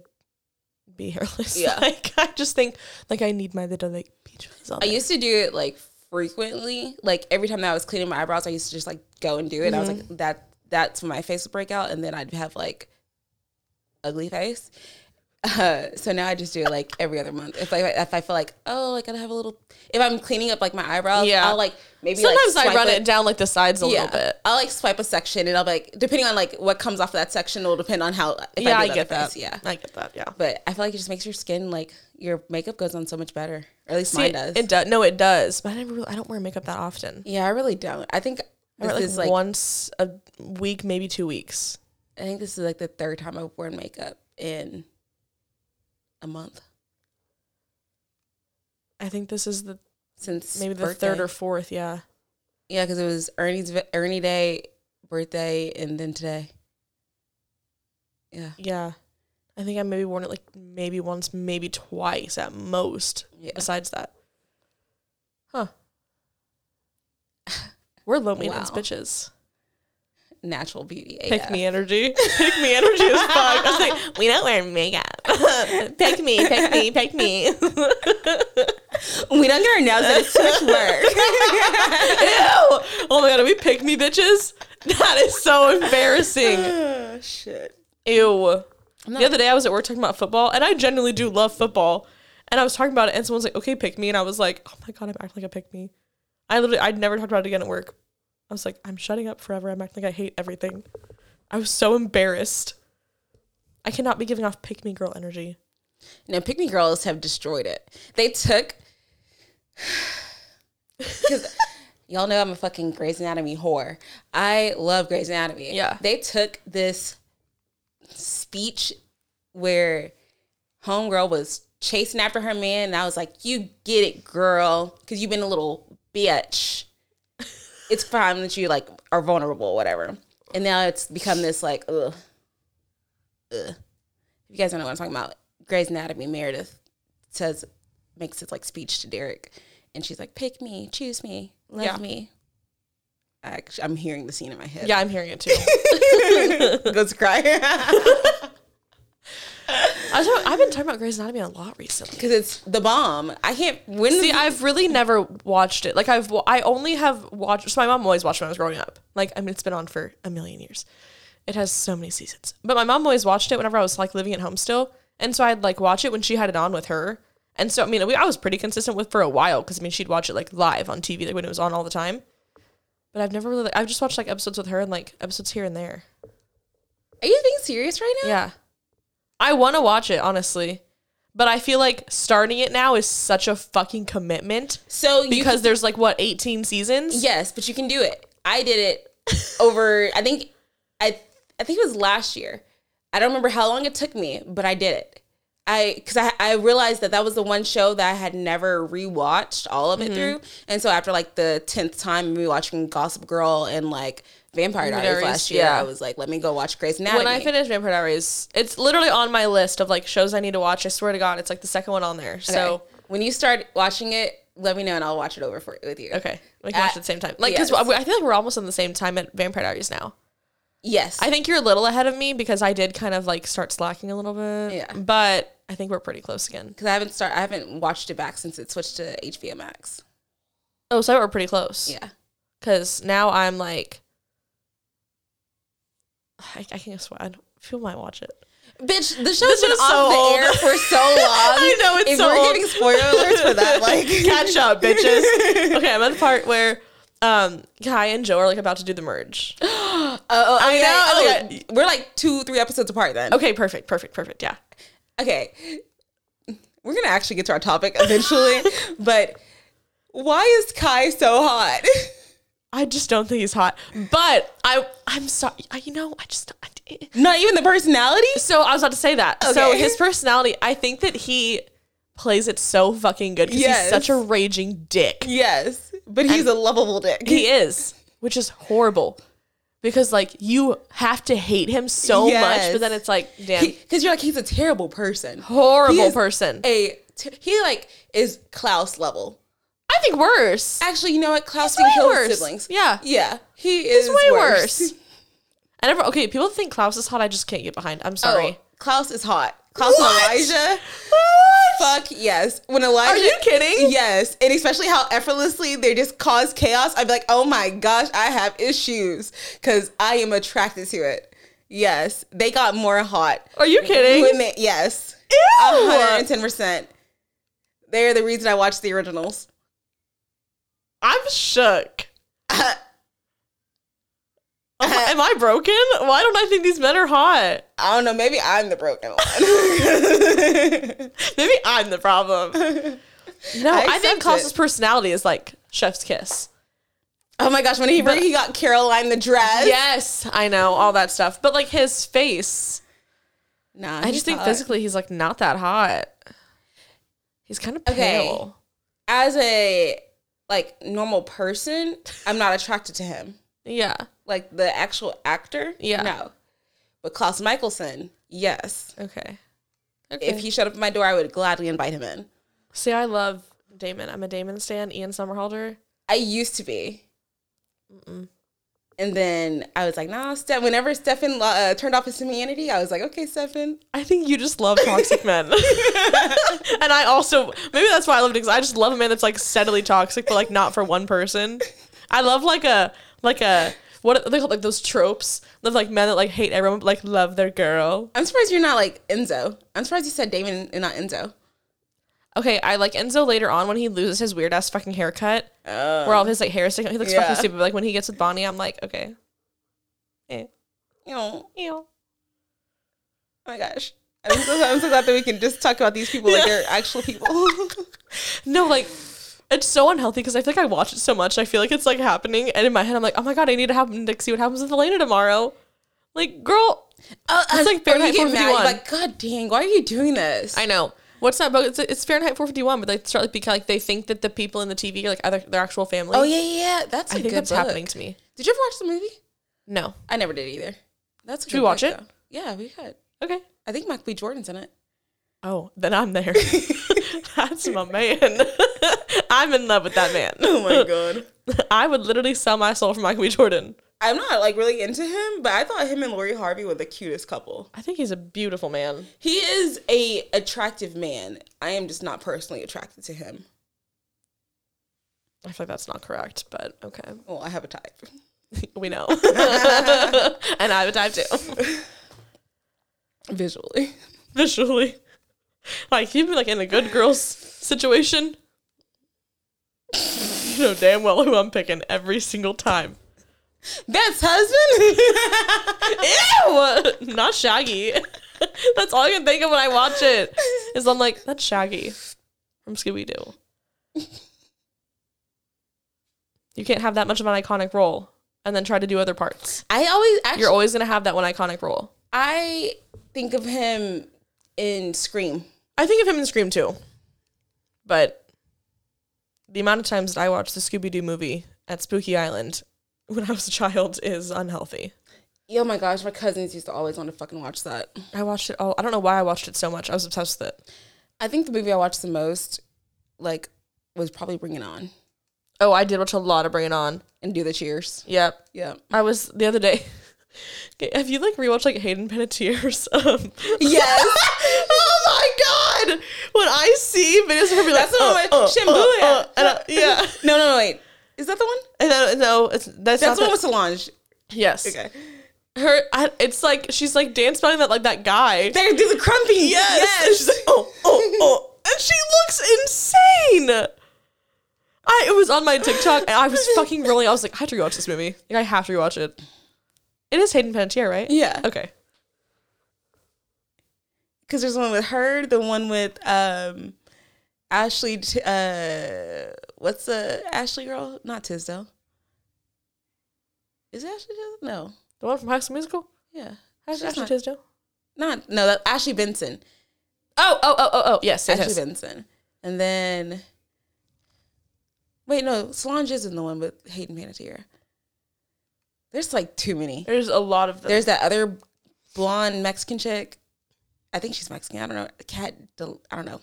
Speaker 2: be hairless.
Speaker 1: Yeah.
Speaker 2: like I just think like I need my little like peach fuzz on."
Speaker 1: I
Speaker 2: there.
Speaker 1: used to do it like frequently. Like every time that I was cleaning my eyebrows, I used to just like go and do it. I
Speaker 2: Mm-hmm.
Speaker 1: was like, that that's when my face would break out, and then I'd have like ugly face. Uh, so now I just do it like every other month. If I if I feel like oh like I have a little if I'm cleaning up like my eyebrows,
Speaker 2: Yeah.
Speaker 1: yeah. I'll like maybe like,
Speaker 2: Sometimes I
Speaker 1: swipe
Speaker 2: run
Speaker 1: a-
Speaker 2: it down like the sides a
Speaker 1: Yeah,
Speaker 2: little bit.
Speaker 1: I'll like swipe a section, and I'll be like depending on like what comes off of that section will depend on how. If
Speaker 2: yeah, I,
Speaker 1: do
Speaker 2: get
Speaker 1: other
Speaker 2: that.
Speaker 1: face, Yeah,
Speaker 2: I get that. Yeah.
Speaker 1: but I feel like it just makes your skin like your makeup goes on so much better. Or at least
Speaker 2: See,
Speaker 1: mine
Speaker 2: it-
Speaker 1: does.
Speaker 2: It does. No, it does. But I never. Really, I don't wear makeup that often.
Speaker 1: Yeah, I really don't. I think this
Speaker 2: I wear it, like,
Speaker 1: is like
Speaker 2: once a week, maybe two weeks.
Speaker 1: I think this is like the third time I've worn makeup in a month
Speaker 2: I think this is the
Speaker 1: since
Speaker 2: maybe the third or fourth. Yeah.
Speaker 1: yeah, because it was Ernie's vi- Ernie Day, birthday, and then today. Yeah,
Speaker 2: Yeah. I think I maybe worn it like maybe once, maybe twice at most.
Speaker 1: yeah.
Speaker 2: Besides that. Huh. We're low maintenance
Speaker 1: Wow.
Speaker 2: bitches.
Speaker 1: Natural beauty.
Speaker 2: Pick
Speaker 1: AF.
Speaker 2: me energy. Pick me energy is fuck. I was like, we don't wear makeup. pick me, pick me, pick me.
Speaker 1: We don't get our nails done. It's too much work.
Speaker 2: Ew. Oh my god, are we pick me bitches? That is so embarrassing.
Speaker 1: oh shit.
Speaker 2: Ew.
Speaker 1: No.
Speaker 2: The other day I was at work talking about football, and I genuinely do love football. And I was talking about it, and someone's like, okay, pick me. And I was like, oh my god, I'm acting like a pick me. I literally, I'd never talked about it again at work. I was like, I'm shutting up forever. I'm acting like I hate everything. I was so embarrassed. I cannot be giving off pick me girl energy.
Speaker 1: No, pick me girls have destroyed it. They took because y'all know I'm a fucking Grey's Anatomy whore. I love Grey's Anatomy.
Speaker 2: Yeah.
Speaker 1: they took this speech where homegirl was chasing after her man, and I was like, "You get it, girl, because you've been a little bitch. It's fine that you like are vulnerable, whatever." And now it's become this like, ugh, ugh if you guys don't know what I'm talking about, Grey's Anatomy, Meredith says, makes this like speech to Derek, and she's like, "Pick me, choose me, love
Speaker 2: Yeah.
Speaker 1: me." I actually, I'm hearing the scene in my head.
Speaker 2: Yeah, I'm hearing it too.
Speaker 1: goes crying
Speaker 2: I was, I've been talking about Grey's Anatomy a lot recently.
Speaker 1: because it's the bomb. I can't when
Speaker 2: See, I've really never watched it. Like I've, wa- I only have watched. So my mom always watched when I was growing up. Like I mean, it's been on for a million years. It has so many seasons. But my mom always watched it whenever I was like living at home still, and so I'd like watch it when she had it on with her. And so I mean, we, I was pretty consistent with for a while because I mean, she'd watch it like live on TV, like when it was on all the time. But I've never really. Like, I've just watched like episodes with her and like episodes here and there.
Speaker 1: are you being serious right now?
Speaker 2: Yeah. I want to watch it, honestly. But I feel like starting it now is such a fucking commitment
Speaker 1: So you
Speaker 2: because there's like what 18 seasons?
Speaker 1: Yes, but you can do it. I did it over. I think I I think it was last year. I don't remember how long it took me, but I did it. I because I, I realized that that was the one show that I had never rewatched all of it through, and so after like the tenth time rewatching Gossip Girl and like Vampire Diaries
Speaker 2: Diaries,
Speaker 1: last year,
Speaker 2: yeah.
Speaker 1: I was like, let me go watch Grey's Anatomy.
Speaker 2: When I finish Vampire Diaries, it's literally on my list of like shows I need to watch. I swear to God, it's like the second one on there. So
Speaker 1: Okay. when you start watching it, let me know and I'll watch it over for with you.
Speaker 2: okay, we can watch
Speaker 1: Uh,
Speaker 2: it at the same time. Like because
Speaker 1: yes.
Speaker 2: I feel like we're almost on the same time at Vampire Diaries now.
Speaker 1: Yes,
Speaker 2: I think you're a little ahead of me because I did kind of like start slacking a little bit.
Speaker 1: Yeah.
Speaker 2: but I think we're pretty close again.
Speaker 1: because I haven't start I haven't watched it back since it switched to HBO Max.
Speaker 2: Oh, so we're pretty close.
Speaker 1: Yeah.
Speaker 2: Cause now I'm like, I, I can't swear. I don't- People might watch it.
Speaker 1: Bitch, the show's
Speaker 2: This
Speaker 1: been
Speaker 2: is
Speaker 1: off
Speaker 2: so
Speaker 1: the
Speaker 2: old.
Speaker 1: air for so long.
Speaker 2: I know it's
Speaker 1: if
Speaker 2: so
Speaker 1: we're
Speaker 2: old.
Speaker 1: getting spoiler alerts for that, like
Speaker 2: catch up, bitches. Okay, I'm at the part where um Kai and Joe are like about to do the merge.
Speaker 1: Oh, I
Speaker 2: know.
Speaker 1: know. we're like two, three episodes apart then.
Speaker 2: Okay, perfect, perfect, perfect. Yeah.
Speaker 1: Okay. We're gonna actually get to our topic eventually, but why is Kai so hot?
Speaker 2: I just don't think he's hot. But I I'm sorry. I, you know, I just I, it-
Speaker 1: Not even the personality.
Speaker 2: So I was about to say that. So
Speaker 1: Okay.
Speaker 2: his personality, I think that he plays it so fucking good because
Speaker 1: Yes.
Speaker 2: he's such a raging dick.
Speaker 1: Yes, but he's a lovable dick.
Speaker 2: He is, which is horrible. Because like you have to hate him so much,
Speaker 1: Yes.
Speaker 2: but then it's like, damn,
Speaker 1: because you're like he's a terrible person, He
Speaker 2: horrible
Speaker 1: is
Speaker 2: person.
Speaker 1: A ter- he like is Klaus level.
Speaker 2: I think worse.
Speaker 1: Actually, you know what? Klaus
Speaker 2: way
Speaker 1: didn't kill
Speaker 2: worse.
Speaker 1: his siblings.
Speaker 2: Yeah.
Speaker 1: yeah, he is
Speaker 2: way
Speaker 1: worse.
Speaker 2: worse. I never. Okay, people think Klaus is hot. I just can't get behind. I'm
Speaker 1: Oh,
Speaker 2: sorry.
Speaker 1: Klaus is hot. Klaus
Speaker 2: What?
Speaker 1: and Elijah. Fuck yes. When Elijah
Speaker 2: Are you kidding?
Speaker 1: Yes. And especially how effortlessly they just cause chaos. I'd be like, oh my gosh, I have issues. Cause I am attracted to it. Yes. They got more hot.
Speaker 2: Are you kidding?
Speaker 1: When they- yes.
Speaker 2: Ew.
Speaker 1: 110%. They're the reason I watched the originals.
Speaker 2: I'm shook. Am I- am I broken? Why don't I think these men are hot?
Speaker 1: I don't know, maybe I'm the broken one.
Speaker 2: Maybe I'm the problem. No,
Speaker 1: I
Speaker 2: I,
Speaker 1: accept
Speaker 2: think Klaus's
Speaker 1: it.
Speaker 2: personality is like chef's kiss.
Speaker 1: oh my gosh, when he he got Caroline the dress.
Speaker 2: Yes, I know all that stuff, but like his face,
Speaker 1: Nah,
Speaker 2: I just think physically he's like not that hot. He's kind of
Speaker 1: Okay.
Speaker 2: pale.
Speaker 1: as a like normal person, I'm not attracted to him.
Speaker 2: Yeah.
Speaker 1: Like the actual actor,
Speaker 2: Yeah.
Speaker 1: no. But Klaus Michelson, yes.
Speaker 2: Okay.
Speaker 1: If he showed up at my door, I would gladly invite him in.
Speaker 2: See, I love Damon. I'm a Damon stan. Ian Somerhalder.
Speaker 1: I used to be. And then I was like, nah, Steph. Whenever Stefan uh, turned off his humanity, I was like, okay, Stefan.
Speaker 2: I think you just love toxic men. and I also, maybe that's why I love it because I just love a man that's like steadily toxic, but like not for one person. I love like a, like a, what are they called? Like those tropes of like men that like hate everyone, but like love their girl.
Speaker 1: I'm surprised you're not like Enzo. I'm surprised you said Damon and not Enzo.
Speaker 2: Okay, I like Enzo later on when he loses his weird ass fucking haircut
Speaker 1: Oh.
Speaker 2: where all of his like hair is sticking. He looks
Speaker 1: Yeah.
Speaker 2: fucking stupid. But like when he gets with Bonnie, I'm like, okay. Eh,
Speaker 1: You know,
Speaker 2: ew.
Speaker 1: oh my gosh. I'm so, I'm so glad that we can just talk about these people like they're actual people.
Speaker 2: No, like it's so unhealthy because I feel like I watch it so much. I feel like it's like happening, and in my head, I'm like, oh my god, I need to happen to see what happens with Elena tomorrow. Like, girl,
Speaker 1: Oh,
Speaker 2: It's like Fahrenheit
Speaker 1: or you get mad,
Speaker 2: 451.
Speaker 1: you're Like, God dang, why are you doing this?
Speaker 2: I know. What's that book? It's, it's Fahrenheit 451, but they start like because like they think that the people in the TV are like other their actual family.
Speaker 1: oh yeah, yeah, yeah. That's a
Speaker 2: I
Speaker 1: good
Speaker 2: think that's
Speaker 1: book.
Speaker 2: happening to me.
Speaker 1: Did you ever watch the movie?
Speaker 2: No,
Speaker 1: I never did either. That's a
Speaker 2: we
Speaker 1: good
Speaker 2: watch
Speaker 1: book,
Speaker 2: it?
Speaker 1: though. Yeah, we could.
Speaker 2: okay.
Speaker 1: I think Michael B. Jordan's in it.
Speaker 2: Oh, then I'm there. That's my man. I'm in love with that man.
Speaker 1: Oh my god.
Speaker 2: I would literally sell my soul for Michael B. Jordan.
Speaker 1: I'm not like really into him, but I thought him and Lori Harvey were the cutest couple.
Speaker 2: I think he's a beautiful man.
Speaker 1: He is a attractive man. I am just not personally attracted to him.
Speaker 2: I feel like that's not correct, but okay.
Speaker 1: Well, I have a type.
Speaker 2: We know. and I have a type too.
Speaker 1: Visually.
Speaker 2: Visually. Like he'd be like in a good girl's situation. You know damn well who I'm picking every single time.
Speaker 1: That's husband?
Speaker 2: Ew! Not Shaggy. That's all I can think of when I watch it. Is I'm like, that's Shaggy from Scooby Doo. You can't have that much of an iconic role and then try to do other parts.
Speaker 1: I always actually
Speaker 2: You're always gonna have that one iconic role.
Speaker 1: I think of him in Scream.
Speaker 2: I think of him in Scream too, but the amount of times that I watched the Scooby Doo movie at Spooky Island when I was a child is unhealthy.
Speaker 1: Oh my gosh, my cousins used to always want to fucking watch that.
Speaker 2: I watched it all. I don't know why I watched it so much. I was obsessed with it.
Speaker 1: I think the movie I watched the most, like, was probably Bring It On
Speaker 2: Oh, I did watch a lot of Bring It On.
Speaker 1: and Do the Cheers.
Speaker 2: Yep.
Speaker 1: Yeah.
Speaker 2: I was the other day. Okay, Have you like rewatched like Hayden Panettiere's? Um,
Speaker 1: Yes.
Speaker 2: oh my god! When I see videos of her, be like, uh,
Speaker 1: That's the one with Shimbula.
Speaker 2: and I- yeah.
Speaker 1: no, no, no, wait. Is that the one?
Speaker 2: And then, no, it's that's,
Speaker 1: That's
Speaker 2: not
Speaker 1: the one with Solange.
Speaker 2: yes.
Speaker 1: Okay.
Speaker 2: Her, I, it's like she's like dance spelling that like that guy.
Speaker 1: They do the crumpy.
Speaker 2: yes. And she's like, oh, oh, oh, and she looks insane. I it was on my TikTok and I was fucking rolling. I was like, I have to rewatch this movie. Like, I have to rewatch it. It is Hayden Panettiere, right?
Speaker 1: Yeah.
Speaker 2: Okay.
Speaker 1: Because there's one with her, the one with um, Ashley. T- uh, what's the Ashley girl? Not Tisdale. Is it Ashley Tisdale? No.
Speaker 2: The one from High School Musical.
Speaker 1: Yeah.
Speaker 2: Ash-
Speaker 1: She's
Speaker 2: Ashley
Speaker 1: not-
Speaker 2: Tisdale.
Speaker 1: Not no. That Ashley Benson.
Speaker 2: Oh, oh, oh, oh, oh. Yes, yes,
Speaker 1: Ashley
Speaker 2: yes.
Speaker 1: Benson. And then. Wait no, Solange isn't the one with Hayden Panettiere. There's like too many.
Speaker 2: There's a lot of them.
Speaker 1: There's that other blonde Mexican chick. I think she's Mexican. I don't know. Cat. Del- I don't know.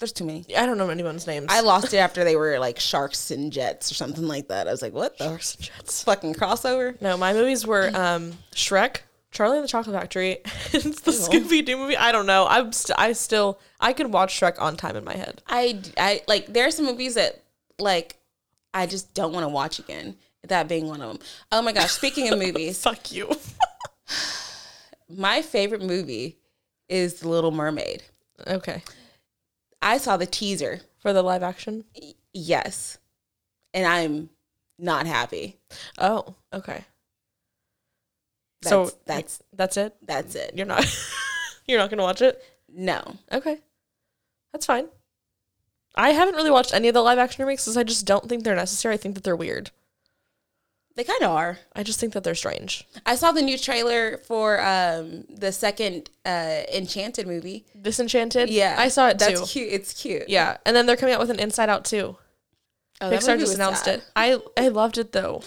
Speaker 1: There's too many.
Speaker 2: I don't know anyone's names.
Speaker 1: I lost it after they were like sharks and jets or something like that. I was like, what the
Speaker 2: Sharks and Jets.
Speaker 1: fucking crossover?
Speaker 2: No, my movies were um, Shrek, Charlie and the Chocolate Factory, and the Scooby Doo movie. I don't know. I'm st- I still I can watch Shrek on time in my head.
Speaker 1: I, I like there are some movies that like I just don't want to watch again. That being one of them. Oh my gosh! Speaking of movies,
Speaker 2: Fuck you.
Speaker 1: my favorite movie is The Little Mermaid.
Speaker 2: okay.
Speaker 1: I saw the teaser.
Speaker 2: For the live action.
Speaker 1: Y- Yes, and I'm not happy.
Speaker 2: Oh, okay.
Speaker 1: That's,
Speaker 2: so
Speaker 1: that's
Speaker 2: that's it.
Speaker 1: that's it.
Speaker 2: You're not you're not gonna watch it.
Speaker 1: No,
Speaker 2: Okay, that's fine. I haven't really watched any of the live action remakes because I just don't think they're necessary. I think that they're weird.
Speaker 1: they kind of are.
Speaker 2: I just think that they're strange.
Speaker 1: I saw the new trailer for um, the second uh, Enchanted movie.
Speaker 2: Disenchanted.
Speaker 1: Yeah,
Speaker 2: I saw it
Speaker 1: That's
Speaker 2: too.
Speaker 1: cute. It's cute.
Speaker 2: Yeah, and then they're coming out with an Inside Out too.
Speaker 1: Oh, that
Speaker 2: Pixar
Speaker 1: movie
Speaker 2: just
Speaker 1: was
Speaker 2: announced
Speaker 1: sad.
Speaker 2: it. I I loved it though.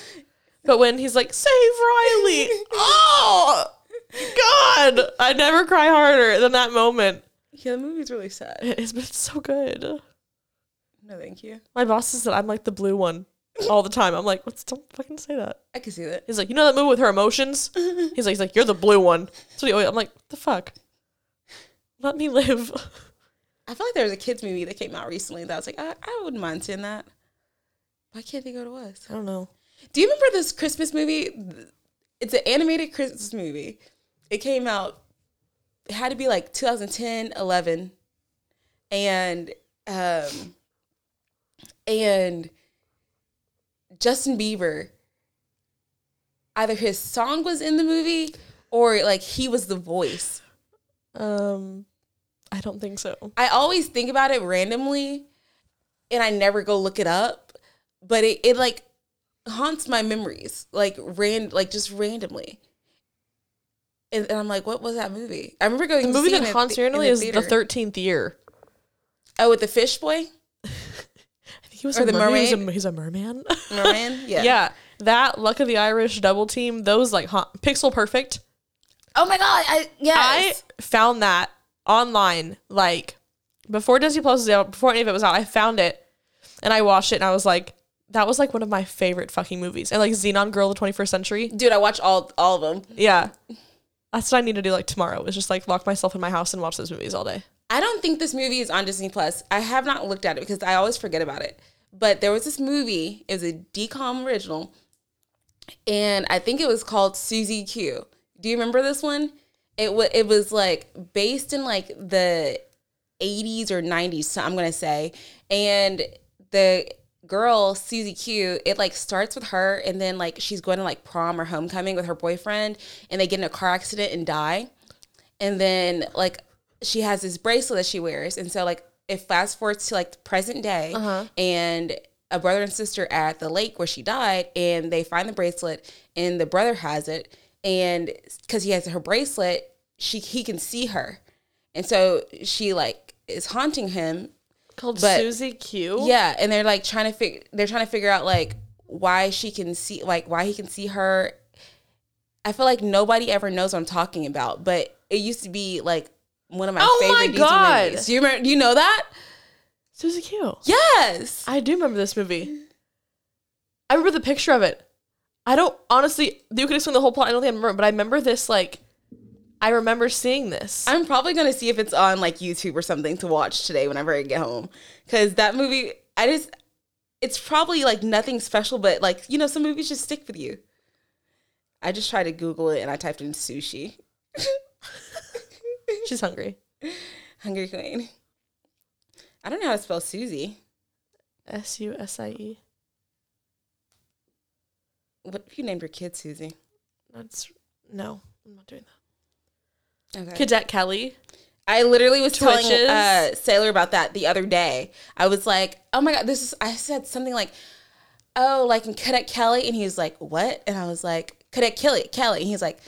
Speaker 2: But when he's like, "Save Riley!" oh God, I never cry harder than that moment.
Speaker 1: Yeah, the movie's really sad.
Speaker 2: It is, but it's so good.
Speaker 1: No, thank you.
Speaker 2: My boss says that I'm like the blue one all the time. I'm like, "What's don't fucking say that."
Speaker 1: I can see that.
Speaker 2: He's like, "You know that movie with her emotions?" He's like, "He's like, you're the blue one." So he always- I'm like, "The fuck." Let me live.
Speaker 1: I feel like there was a kids movie that came out recently that I was like, I, I wouldn't mind seeing that. Why can't they go to us?
Speaker 2: I don't know.
Speaker 1: Do you remember this Christmas movie? It's an animated Christmas movie. It came out, it had to be like 2010, 11. And, um, and Justin Bieber, either his song was in the movie or like he was the voice.
Speaker 2: Um, I don't think so.
Speaker 1: I always think about it randomly and I never go look it up, but it, it like haunts my memories, like ran like just randomly. And, and I'm like, what was that movie? I remember going to
Speaker 2: The movie
Speaker 1: see it
Speaker 2: that
Speaker 1: in
Speaker 2: haunts
Speaker 1: the-
Speaker 2: me
Speaker 1: in
Speaker 2: annually is
Speaker 1: theater.
Speaker 2: the Thirteenth Year.
Speaker 1: Oh, with the fish boy?
Speaker 2: He was
Speaker 1: Or
Speaker 2: a
Speaker 1: the
Speaker 2: mermaid. He was a-
Speaker 1: mermaid.
Speaker 2: He's a, merman.
Speaker 1: Merman? Yeah.
Speaker 2: yeah. that Luck of the Irish double team. Those like hot, pixel perfect.
Speaker 1: Oh my god. I yes.
Speaker 2: I found that online like before Disney Plus was out, before any of it was out. I found it and I watched it and I was like, that was like one of my favorite fucking movies. And like Xenon Girl of the Twenty First Century.
Speaker 1: Dude, I watch all all of them.
Speaker 2: Yeah. That's what I need to do like tomorrow is just like lock myself in my house and watch those movies all day.
Speaker 1: I don't think this movie is on Disney Plus. I have not looked at it because I always forget about it. But there was this movie. It was a DCOM original, and I think it was called Susie Q. Do you remember this one? It was it was like based in like the 80s or 90s. So I'm gonna say, and the girl Susie Q. It like starts with her, and then like she's going to like prom or homecoming with her boyfriend, and they get in a car accident and die and then like she has this bracelet that she wears and so like it fast forwards to like the present day and a brother and sister at the lake where she died and they find the bracelet and the brother has it and because he has her bracelet she he can see her and so she like is haunting him
Speaker 2: Called
Speaker 1: But-
Speaker 2: Susie Q.
Speaker 1: yeah, and they're like trying to figure they're trying to figure out like why she can see like why he can see her. I feel like nobody ever knows what I'm talking about, but it used to be like one of my
Speaker 2: Oh my
Speaker 1: favorite
Speaker 2: God.
Speaker 1: Disney movies. Do you remember, do you know that?
Speaker 2: Susie Q.
Speaker 1: Yes.
Speaker 2: I do remember this movie. I remember the picture of it. I don't honestly. You could explain the whole plot. I don't think I remember, but I remember this. Like, I remember seeing this.
Speaker 1: I'm probably gonna see if it's on like YouTube or something to watch today whenever I get home. Cause that movie I just it's probably like nothing special, but like you know, some movies just stick with you. I just tried to Google it and I typed in sushi.
Speaker 2: She's hungry.
Speaker 1: Hungry Queen. I don't know how to spell Susie.
Speaker 2: S U S I E.
Speaker 1: What if you named your kid Susie?
Speaker 2: That's no. I'm not doing that.
Speaker 1: Okay.
Speaker 2: Cadet Kelly.
Speaker 1: I literally was telling
Speaker 2: Twitches.
Speaker 1: uh, Sailor about that the other day. I was like, "Oh my god, this is." I said something like, "Oh, like in Cadet Kelly," and he was like, "What?" And I was like, "Cadet Kelly, Kelly." And he's like,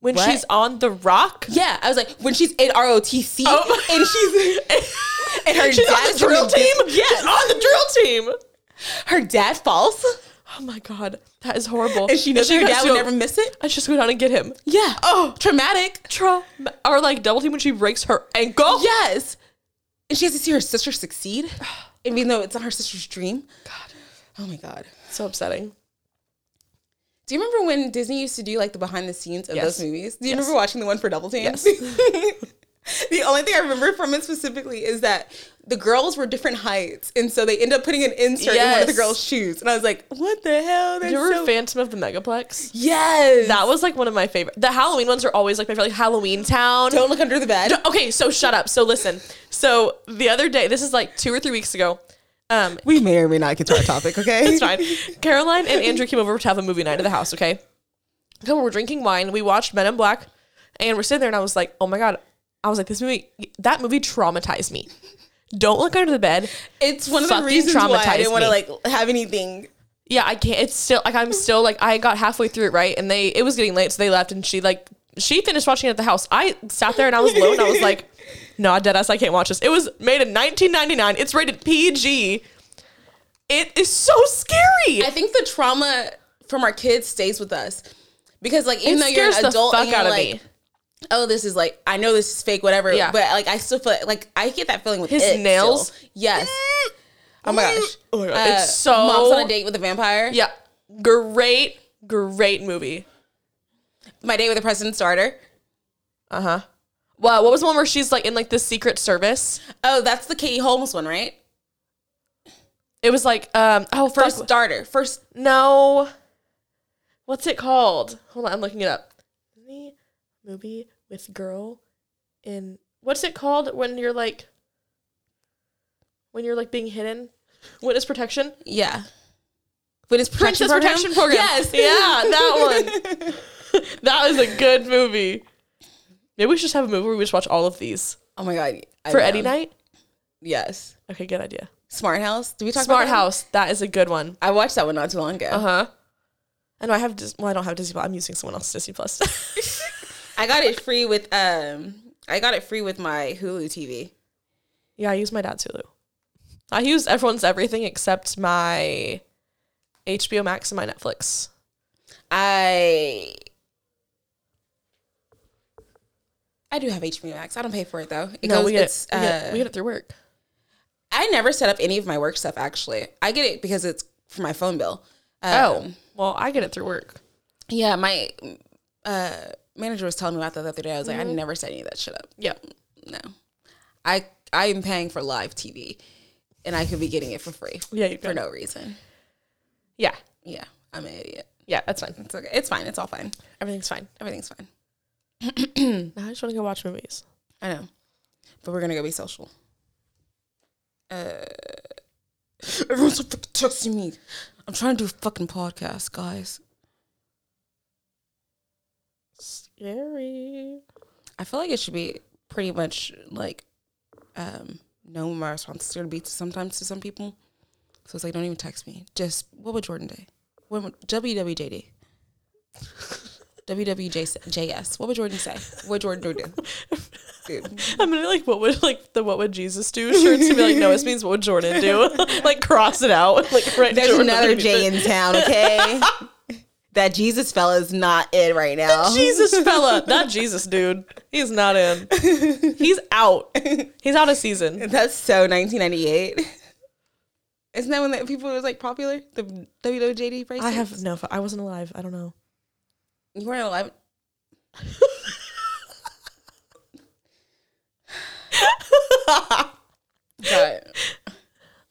Speaker 2: When
Speaker 1: What?
Speaker 2: she's on the rock.
Speaker 1: "Yeah." I was like, "When she's in ROTC
Speaker 2: Oh.
Speaker 1: and she's and her
Speaker 2: she's on
Speaker 1: dad's
Speaker 2: the drill
Speaker 1: in the-
Speaker 2: team. She's on the drill team.
Speaker 1: her dad falls,
Speaker 2: Oh my god, that is horrible.
Speaker 1: and she knows her
Speaker 2: goes
Speaker 1: dad
Speaker 2: to
Speaker 1: would
Speaker 2: go-
Speaker 1: never miss it.
Speaker 2: I should just go down and get him.
Speaker 1: Yeah. Oh, traumatic.
Speaker 2: Tra- or like double team when she breaks her ankle.
Speaker 1: Yes. And she has to see her sister succeed, even though it's not her sister's dream. God. Oh my god.
Speaker 2: So upsetting.
Speaker 1: Do you remember when Disney used to do like the behind the scenes of
Speaker 2: Yes.
Speaker 1: those movies? Do you remember watching the one for Double Team?
Speaker 2: Yes.
Speaker 1: the only thing I remember from it specifically is that the girls were different heights, and so they end up putting an insert in one of the
Speaker 2: Yes.
Speaker 1: girls' shoes. And I was like, "What the hell?" That's
Speaker 2: You remember
Speaker 1: so-
Speaker 2: Phantom of the Megaplex?
Speaker 1: yes.
Speaker 2: That was like one of my favorite. The Halloween ones are always like my favorite, like Halloween Town.
Speaker 1: Don't look under the bed.
Speaker 2: Okay, so shut up. So listen. So the other day, this is like two or three weeks ago. Um,
Speaker 1: We may or may not get to our topic. Okay.
Speaker 2: it's fine. Caroline and Andrew came over to have a movie night at the house. Okay, so we're drinking wine. We watched Men in Black, and we're sitting there, and I was like, oh my god. I was like, this movie, that movie traumatized me. Don't look under the bed.
Speaker 1: It's one of the
Speaker 2: Fucking
Speaker 1: reasons why I didn't
Speaker 2: traumatized
Speaker 1: want to
Speaker 2: me.
Speaker 1: like have anything.
Speaker 2: yeah, I can't. It's still like I'm still like I got halfway through it right, and they it was getting late, so they left, and she like she finished watching it at the house. I sat there and I was alone. and I was like, nah, dead ass, I can't watch this. It was made in 1999. It's rated PG. It is so scary.
Speaker 1: I think the trauma from our kids stays with us because like even
Speaker 2: it
Speaker 1: though you're
Speaker 2: scares
Speaker 1: an
Speaker 2: the
Speaker 1: adult
Speaker 2: fuck
Speaker 1: and you're
Speaker 2: out of
Speaker 1: like,
Speaker 2: me.
Speaker 1: oh, this is like I know this is fake, whatever.
Speaker 2: Yeah.
Speaker 1: But like I still feel like I get that feeling with
Speaker 2: His
Speaker 1: it
Speaker 2: nails?
Speaker 1: still. Yes. Oh my gosh.
Speaker 2: Oh my God, it's so-
Speaker 1: mom's on a date with a vampire.
Speaker 2: Yeah, great, great movie.
Speaker 1: My date with the president's daughter.
Speaker 2: Uh huh. Wow, what was the one where she's like in like the Secret Service?
Speaker 1: Oh, that's the Katie Holmes one, right?
Speaker 2: It was like um oh first
Speaker 1: First daughter. First.
Speaker 2: No. What's it called? Hold on, I'm looking it up. The movie with girl in what's it called when you're like when you're like being hidden? Witness protection?
Speaker 1: Yeah. But it's protection
Speaker 2: Princess protection program.
Speaker 1: Yes.
Speaker 2: Yeah, that one. that is a good movie. Maybe we should just have a movie where we just watch all of these.
Speaker 1: Oh my god. I'm
Speaker 2: For Eddie
Speaker 1: down.
Speaker 2: Night?
Speaker 1: Yes.
Speaker 2: Okay, good idea.
Speaker 1: Smart House. Do we talk
Speaker 2: Smart
Speaker 1: about that?
Speaker 2: House. That is a good one.
Speaker 1: I watched that one not too long ago.
Speaker 2: Uh-huh. I know I have Dis- well, I don't have Disney Plus. I'm using someone else's Disney Plus.
Speaker 1: I got it free with um. I got it free with my Hulu TV.
Speaker 2: Yeah, I use my dad's Hulu. I use everyone's everything except my HBO Max and my Netflix.
Speaker 1: I I do have HBO Max. I don't pay for it though. It
Speaker 2: No,
Speaker 1: goes,
Speaker 2: we get,
Speaker 1: it's,
Speaker 2: it, we, get
Speaker 1: uh,
Speaker 2: it, we get it through work.
Speaker 1: I never set up any of my work stuff actually. I get it because it's for my phone bill. Um,
Speaker 2: Oh, well, I get it through work.
Speaker 1: yeah, my uh, manager was telling me about that the other day. I was
Speaker 2: Mm-hmm.
Speaker 1: like, I never set any of that shit up.
Speaker 2: Yeah.
Speaker 1: No, I I am paying for live TV, and I could be getting it for free
Speaker 2: Yeah, you
Speaker 1: for
Speaker 2: got it.
Speaker 1: no reason.
Speaker 2: Yeah.
Speaker 1: Yeah, I'm an idiot.
Speaker 2: Yeah, that's fine.
Speaker 1: It's okay. It's fine. It's all fine.
Speaker 2: Everything's fine.
Speaker 1: Everything's fine.
Speaker 2: Now I just want to go watch movies.
Speaker 1: I know. But we're gonna go be social. Uh, everyone's so fucking texting me. I'm trying to do a fucking podcast, guys.
Speaker 2: Scary.
Speaker 1: I feel like it should be pretty much like um know my response is gonna be to sometimes to some people. So it's like don't even text me. Just what would Jordan do? What would WWJD? WWJS. What would Jordan say? What would Jordan do? Dude.
Speaker 2: I'm gonna be like, what would like the what would Jesus do? Shirts to be like, no, this means what would Jordan do? like cross it out. Like right.
Speaker 1: There's
Speaker 2: Jordan
Speaker 1: another
Speaker 2: underneath
Speaker 1: J
Speaker 2: it.
Speaker 1: in town, okay? that Jesus fella is not in right now.
Speaker 2: Jesus fella, not Jesus dude. He's not in. He's out. He's out of season.
Speaker 1: That's so 1998. Isn't that when that people was like popular? The WWJD bracelet?
Speaker 2: I have no. fu- I wasn't alive. I don't know.
Speaker 1: You weren't alive. but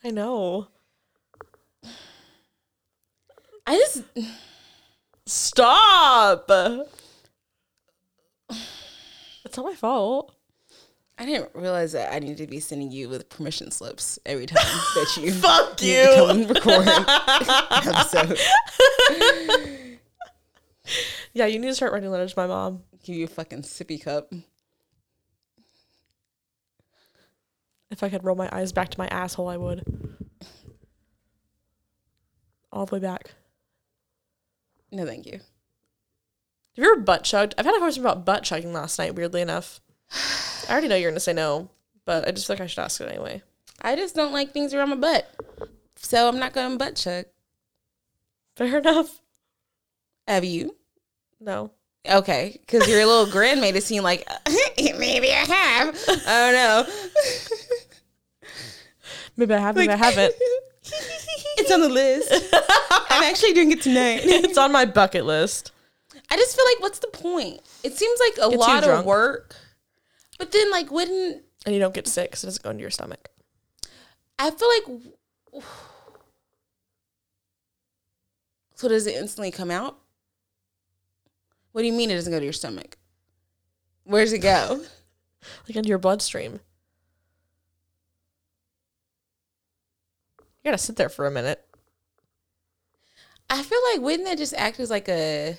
Speaker 2: I know.
Speaker 1: I just
Speaker 2: Stop. It's not my fault.
Speaker 1: I didn't realize that I needed to be sending you with permission slips every time that you
Speaker 2: Fuck
Speaker 1: need to come and record episode.
Speaker 2: Yeah, you need to start writing letters to my mom.
Speaker 1: Give you a fucking sippy cup.
Speaker 2: If I could roll my eyes back to my asshole, I would. All the way back.
Speaker 1: No, thank you.
Speaker 2: Have you ever butt chugged? I've had a question about butt chugging last night, weirdly enough. I already know you're going to say no, but I just feel like I should ask it anyway.
Speaker 1: I just don't like things around my butt, so I'm not gonna butt chug.
Speaker 2: Fair enough.
Speaker 1: Have you?
Speaker 2: No.
Speaker 1: Okay, because your little grin made it seem like maybe I have. Oh
Speaker 2: Maybe I have, maybe
Speaker 1: Like-
Speaker 2: I haven't.
Speaker 1: no, it's on the list. I'm actually doing it tonight.
Speaker 2: it's on my bucket list.
Speaker 1: I just feel like, what's the point? It seems like a
Speaker 2: Gets you
Speaker 1: lot of
Speaker 2: drunk.
Speaker 1: work, but then like, wouldn't
Speaker 2: And you don't get sick, so it doesn't go into your stomach.
Speaker 1: I feel like? So does it instantly come out? What do you mean it doesn't go to your stomach? Where does it go?
Speaker 2: Like into your bloodstream. You gotta sit there for a minute.
Speaker 1: I feel like wouldn't that just act as like a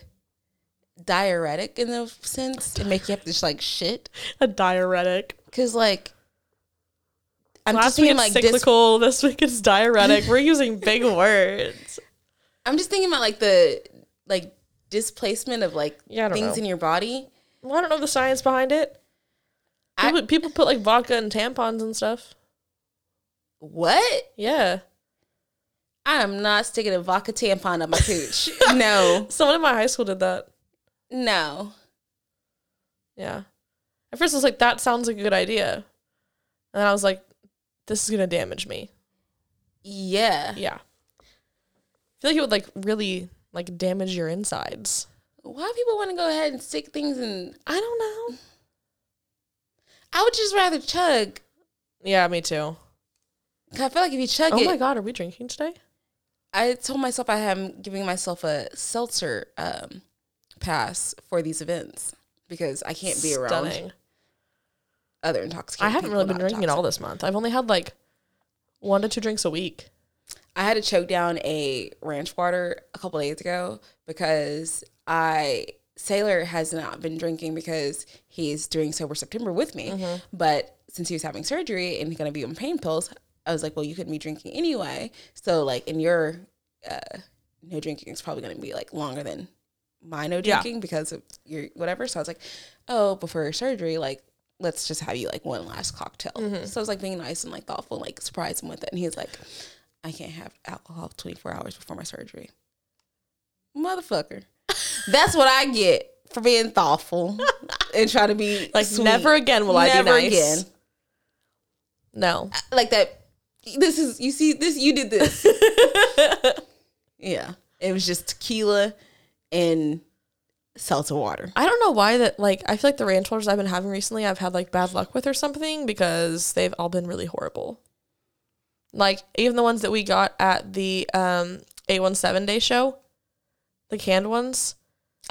Speaker 1: diuretic in the sense and make you have to just like shit?
Speaker 2: A diuretic.
Speaker 1: Because like I'm just
Speaker 2: Last week
Speaker 1: thinking
Speaker 2: it's
Speaker 1: like this.
Speaker 2: cyclical, this week it's diuretic. We're using big words.
Speaker 1: I'm just thinking about like the like displacement of like
Speaker 2: Yeah, I don't
Speaker 1: things
Speaker 2: know.
Speaker 1: in your body.
Speaker 2: Well, I don't know the science behind it.
Speaker 1: I-
Speaker 2: People, people put like vodka and tampons and stuff.
Speaker 1: What?
Speaker 2: Yeah.
Speaker 1: I am not sticking a vodka tampon up my pooch. no,
Speaker 2: Someone in my high school did that.
Speaker 1: no.
Speaker 2: Yeah. At first I was like, that sounds like a good idea. And then I was like, this is gonna damage me.
Speaker 1: Yeah.
Speaker 2: Yeah. I feel like it would like really like damage your insides.
Speaker 1: Why people want to go ahead and stick things in?
Speaker 2: I don't know.
Speaker 1: I would just rather chug.
Speaker 2: Yeah, me too.
Speaker 1: 'Cause I feel like if you chug
Speaker 2: Oh
Speaker 1: it,
Speaker 2: my god, are we drinking today?
Speaker 1: I told myself I am giving myself a seltzer um, pass for these events because I can't be around
Speaker 2: Stunning.
Speaker 1: other intoxicated.
Speaker 2: I haven't really been drinking at all
Speaker 1: this.
Speaker 2: this month. I've only had like one to two drinks a week.
Speaker 1: I had to choke down a ranch water a couple days ago because I Sailor has not been drinking because he's doing sober September with me. But since he was having surgery and going to be on pain pills, I was like, well, you couldn't be drinking anyway. So like, in your uh, no drinking is probably going to be like longer than my no
Speaker 2: Yeah.
Speaker 1: drinking because of your whatever. So I was like, oh, before your surgery, like let's just have you like one last cocktail.
Speaker 2: Mm-hmm.
Speaker 1: So I was like being nice and like thoughtful, like surprise him with it. And he's like, I can't have alcohol 24 hours before my surgery. Motherfucker. That's what I get for being thoughtful and trying to be
Speaker 2: Like
Speaker 1: sweet.
Speaker 2: never again will I be
Speaker 1: Never
Speaker 2: nice.
Speaker 1: again.
Speaker 2: No.
Speaker 1: Like that. This is you see this you did this. yeah. It was just tequila and seltzer water.
Speaker 2: I don't know why that like I feel like the ranch waters I've been having recently I've had like bad luck with or something because they've all been really horrible. Like even the ones that we got at the um A17 day show, the canned ones.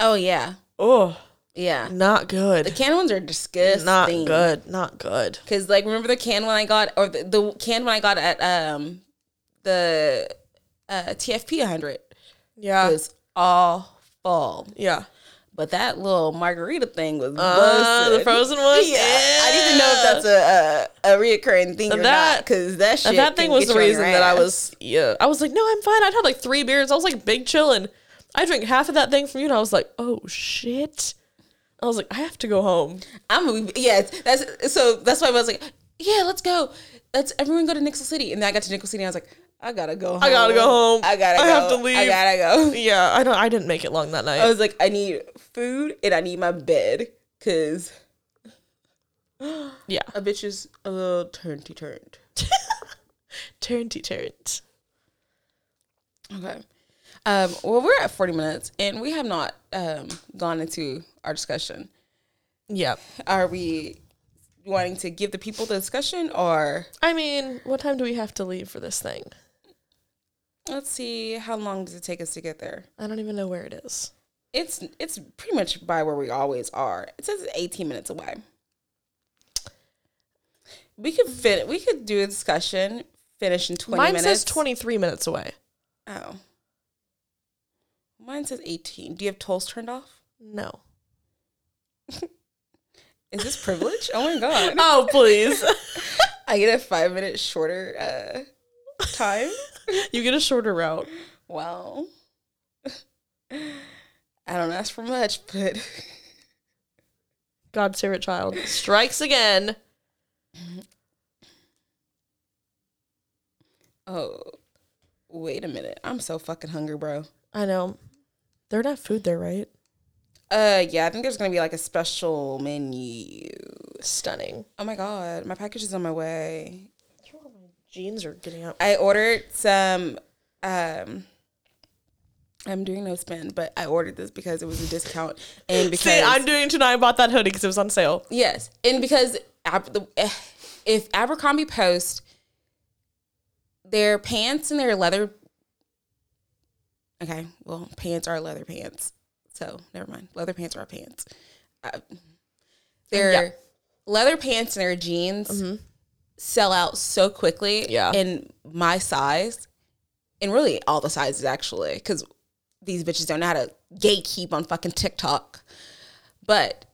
Speaker 1: Oh yeah.
Speaker 2: Oh,
Speaker 1: Yeah.
Speaker 2: not
Speaker 1: The
Speaker 2: good.
Speaker 1: canned ones are disgusting.
Speaker 2: Not good. Not good.
Speaker 1: Cause like remember the can one I got or the, the can one I got at um the uh TFP 100
Speaker 2: Yeah.
Speaker 1: was awful.
Speaker 2: yeah.
Speaker 1: But that little margarita thing was
Speaker 2: Uh,
Speaker 1: busted.
Speaker 2: the frozen ones.
Speaker 1: Yeah. I need to know if that's a a, a reoccurring thing or
Speaker 2: That-
Speaker 1: not because that shit
Speaker 2: that thing
Speaker 1: can
Speaker 2: was
Speaker 1: get
Speaker 2: the
Speaker 1: you on
Speaker 2: reason
Speaker 1: your
Speaker 2: that I
Speaker 1: ass.
Speaker 2: was yeah. I was like, no, I'm fine. I'd had like three beers. I was like big chillin'. I drank half of that thing from you, and I was like, oh shit. I was like, I have to go home.
Speaker 1: I'm yes. That's so. That's why I was like, yeah, let's go. Let's everyone go to Nickel City. And then I got to Nickel City, and I was like, I gotta go. home. I
Speaker 2: gotta go home.
Speaker 1: I gotta.
Speaker 2: I
Speaker 1: go.
Speaker 2: have to leave."
Speaker 1: I gotta go.
Speaker 2: Yeah, I don't. I didn't make it long that night.
Speaker 1: I was like, I need food and I need my bed because
Speaker 2: yeah,
Speaker 1: a bitch is a little turnty turned.
Speaker 2: turnty turnt.
Speaker 1: Okay. Um, well, we're at 40 minutes and we have not um, gone into our discussion.
Speaker 2: Yeah,
Speaker 1: Are we wanting to give the people the discussion or
Speaker 2: I mean, what time do we have to leave for this thing?
Speaker 1: Let's see how long does it take us to get there.
Speaker 2: I don't even know where it is.
Speaker 1: It's it's pretty much by where we always are. It says it's 18 minutes away. We could fit. We could do a discussion. Finish in 20
Speaker 2: Mine
Speaker 1: minutes.
Speaker 2: says 23 minutes away.
Speaker 1: Oh. Mine says 18. Do you have tolls turned off?
Speaker 2: No.
Speaker 1: Is this privilege? oh my god.
Speaker 2: Oh, please.
Speaker 1: I get a five minute shorter uh, time.
Speaker 2: you get a shorter route.
Speaker 1: Well, I don't ask for much, but
Speaker 2: God save it, child. Strikes again.
Speaker 1: oh, wait a minute. I'm so fucking hungry, bro.
Speaker 2: I know. They're not food there, right?
Speaker 1: Uh, yeah, I think there's gonna be like a special menu.
Speaker 2: Stunning.
Speaker 1: Oh my god, my package is on my way.
Speaker 2: Jeans are getting out.
Speaker 1: I ordered some. Um, I'm doing no spend, but I ordered this because it was a discount and because
Speaker 2: See, I'm doing tonight. I bought that hoodie because it was on sale.
Speaker 1: Yes, and because Ab- the- eh, if Abercrombie Post, their pants and their leather. Okay, well, pants are leather pants, so never mind. Leather pants are pants. Uh, their
Speaker 2: Yeah. Mm-hmm.
Speaker 1: leather pants and their jeans sell out so quickly.
Speaker 2: Yeah.
Speaker 1: in my size, and really all the sizes actually, because these bitches don't know how to gatekeep on fucking TikTok. But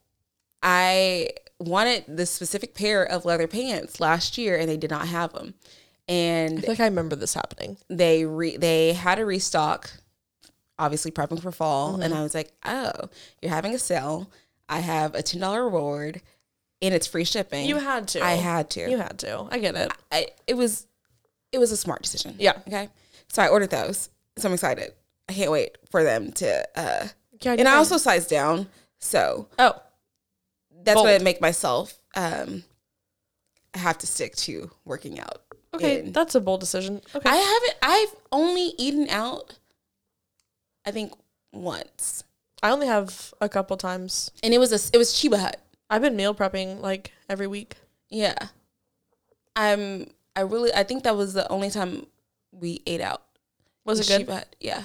Speaker 1: I wanted this specific pair of leather pants last year and they did not have them.
Speaker 2: I
Speaker 1: And
Speaker 2: feel like I remember this happening.
Speaker 1: they re- they had a restock, obviously prepping for fall.
Speaker 2: Mm-hmm.
Speaker 1: And I was like, oh, you're having a sale. I have a $10 reward and it's free shipping.
Speaker 2: You had to.
Speaker 1: I had to.
Speaker 2: You had to. I get it.
Speaker 1: I, it was it was a smart decision.
Speaker 2: Yeah.
Speaker 1: Okay. So I ordered those. So I'm excited. I can't wait for them to uh
Speaker 2: Yeah,
Speaker 1: and I also size down. So
Speaker 2: Oh,
Speaker 1: that's what
Speaker 2: Bold.
Speaker 1: I make myself. Um, I have to stick to working out.
Speaker 2: okay.
Speaker 1: And
Speaker 2: That's a bold decision. Okay.
Speaker 1: I haven't. I've only eaten out. I think once,
Speaker 2: I only have a couple times.
Speaker 1: and it was a it was Chiba Hut.
Speaker 2: I've been meal prepping like every week.
Speaker 1: Yeah, I'm. I really. I think that was the only time we ate out.
Speaker 2: Was it
Speaker 1: was
Speaker 2: good?
Speaker 1: Chiba Hut. Yeah.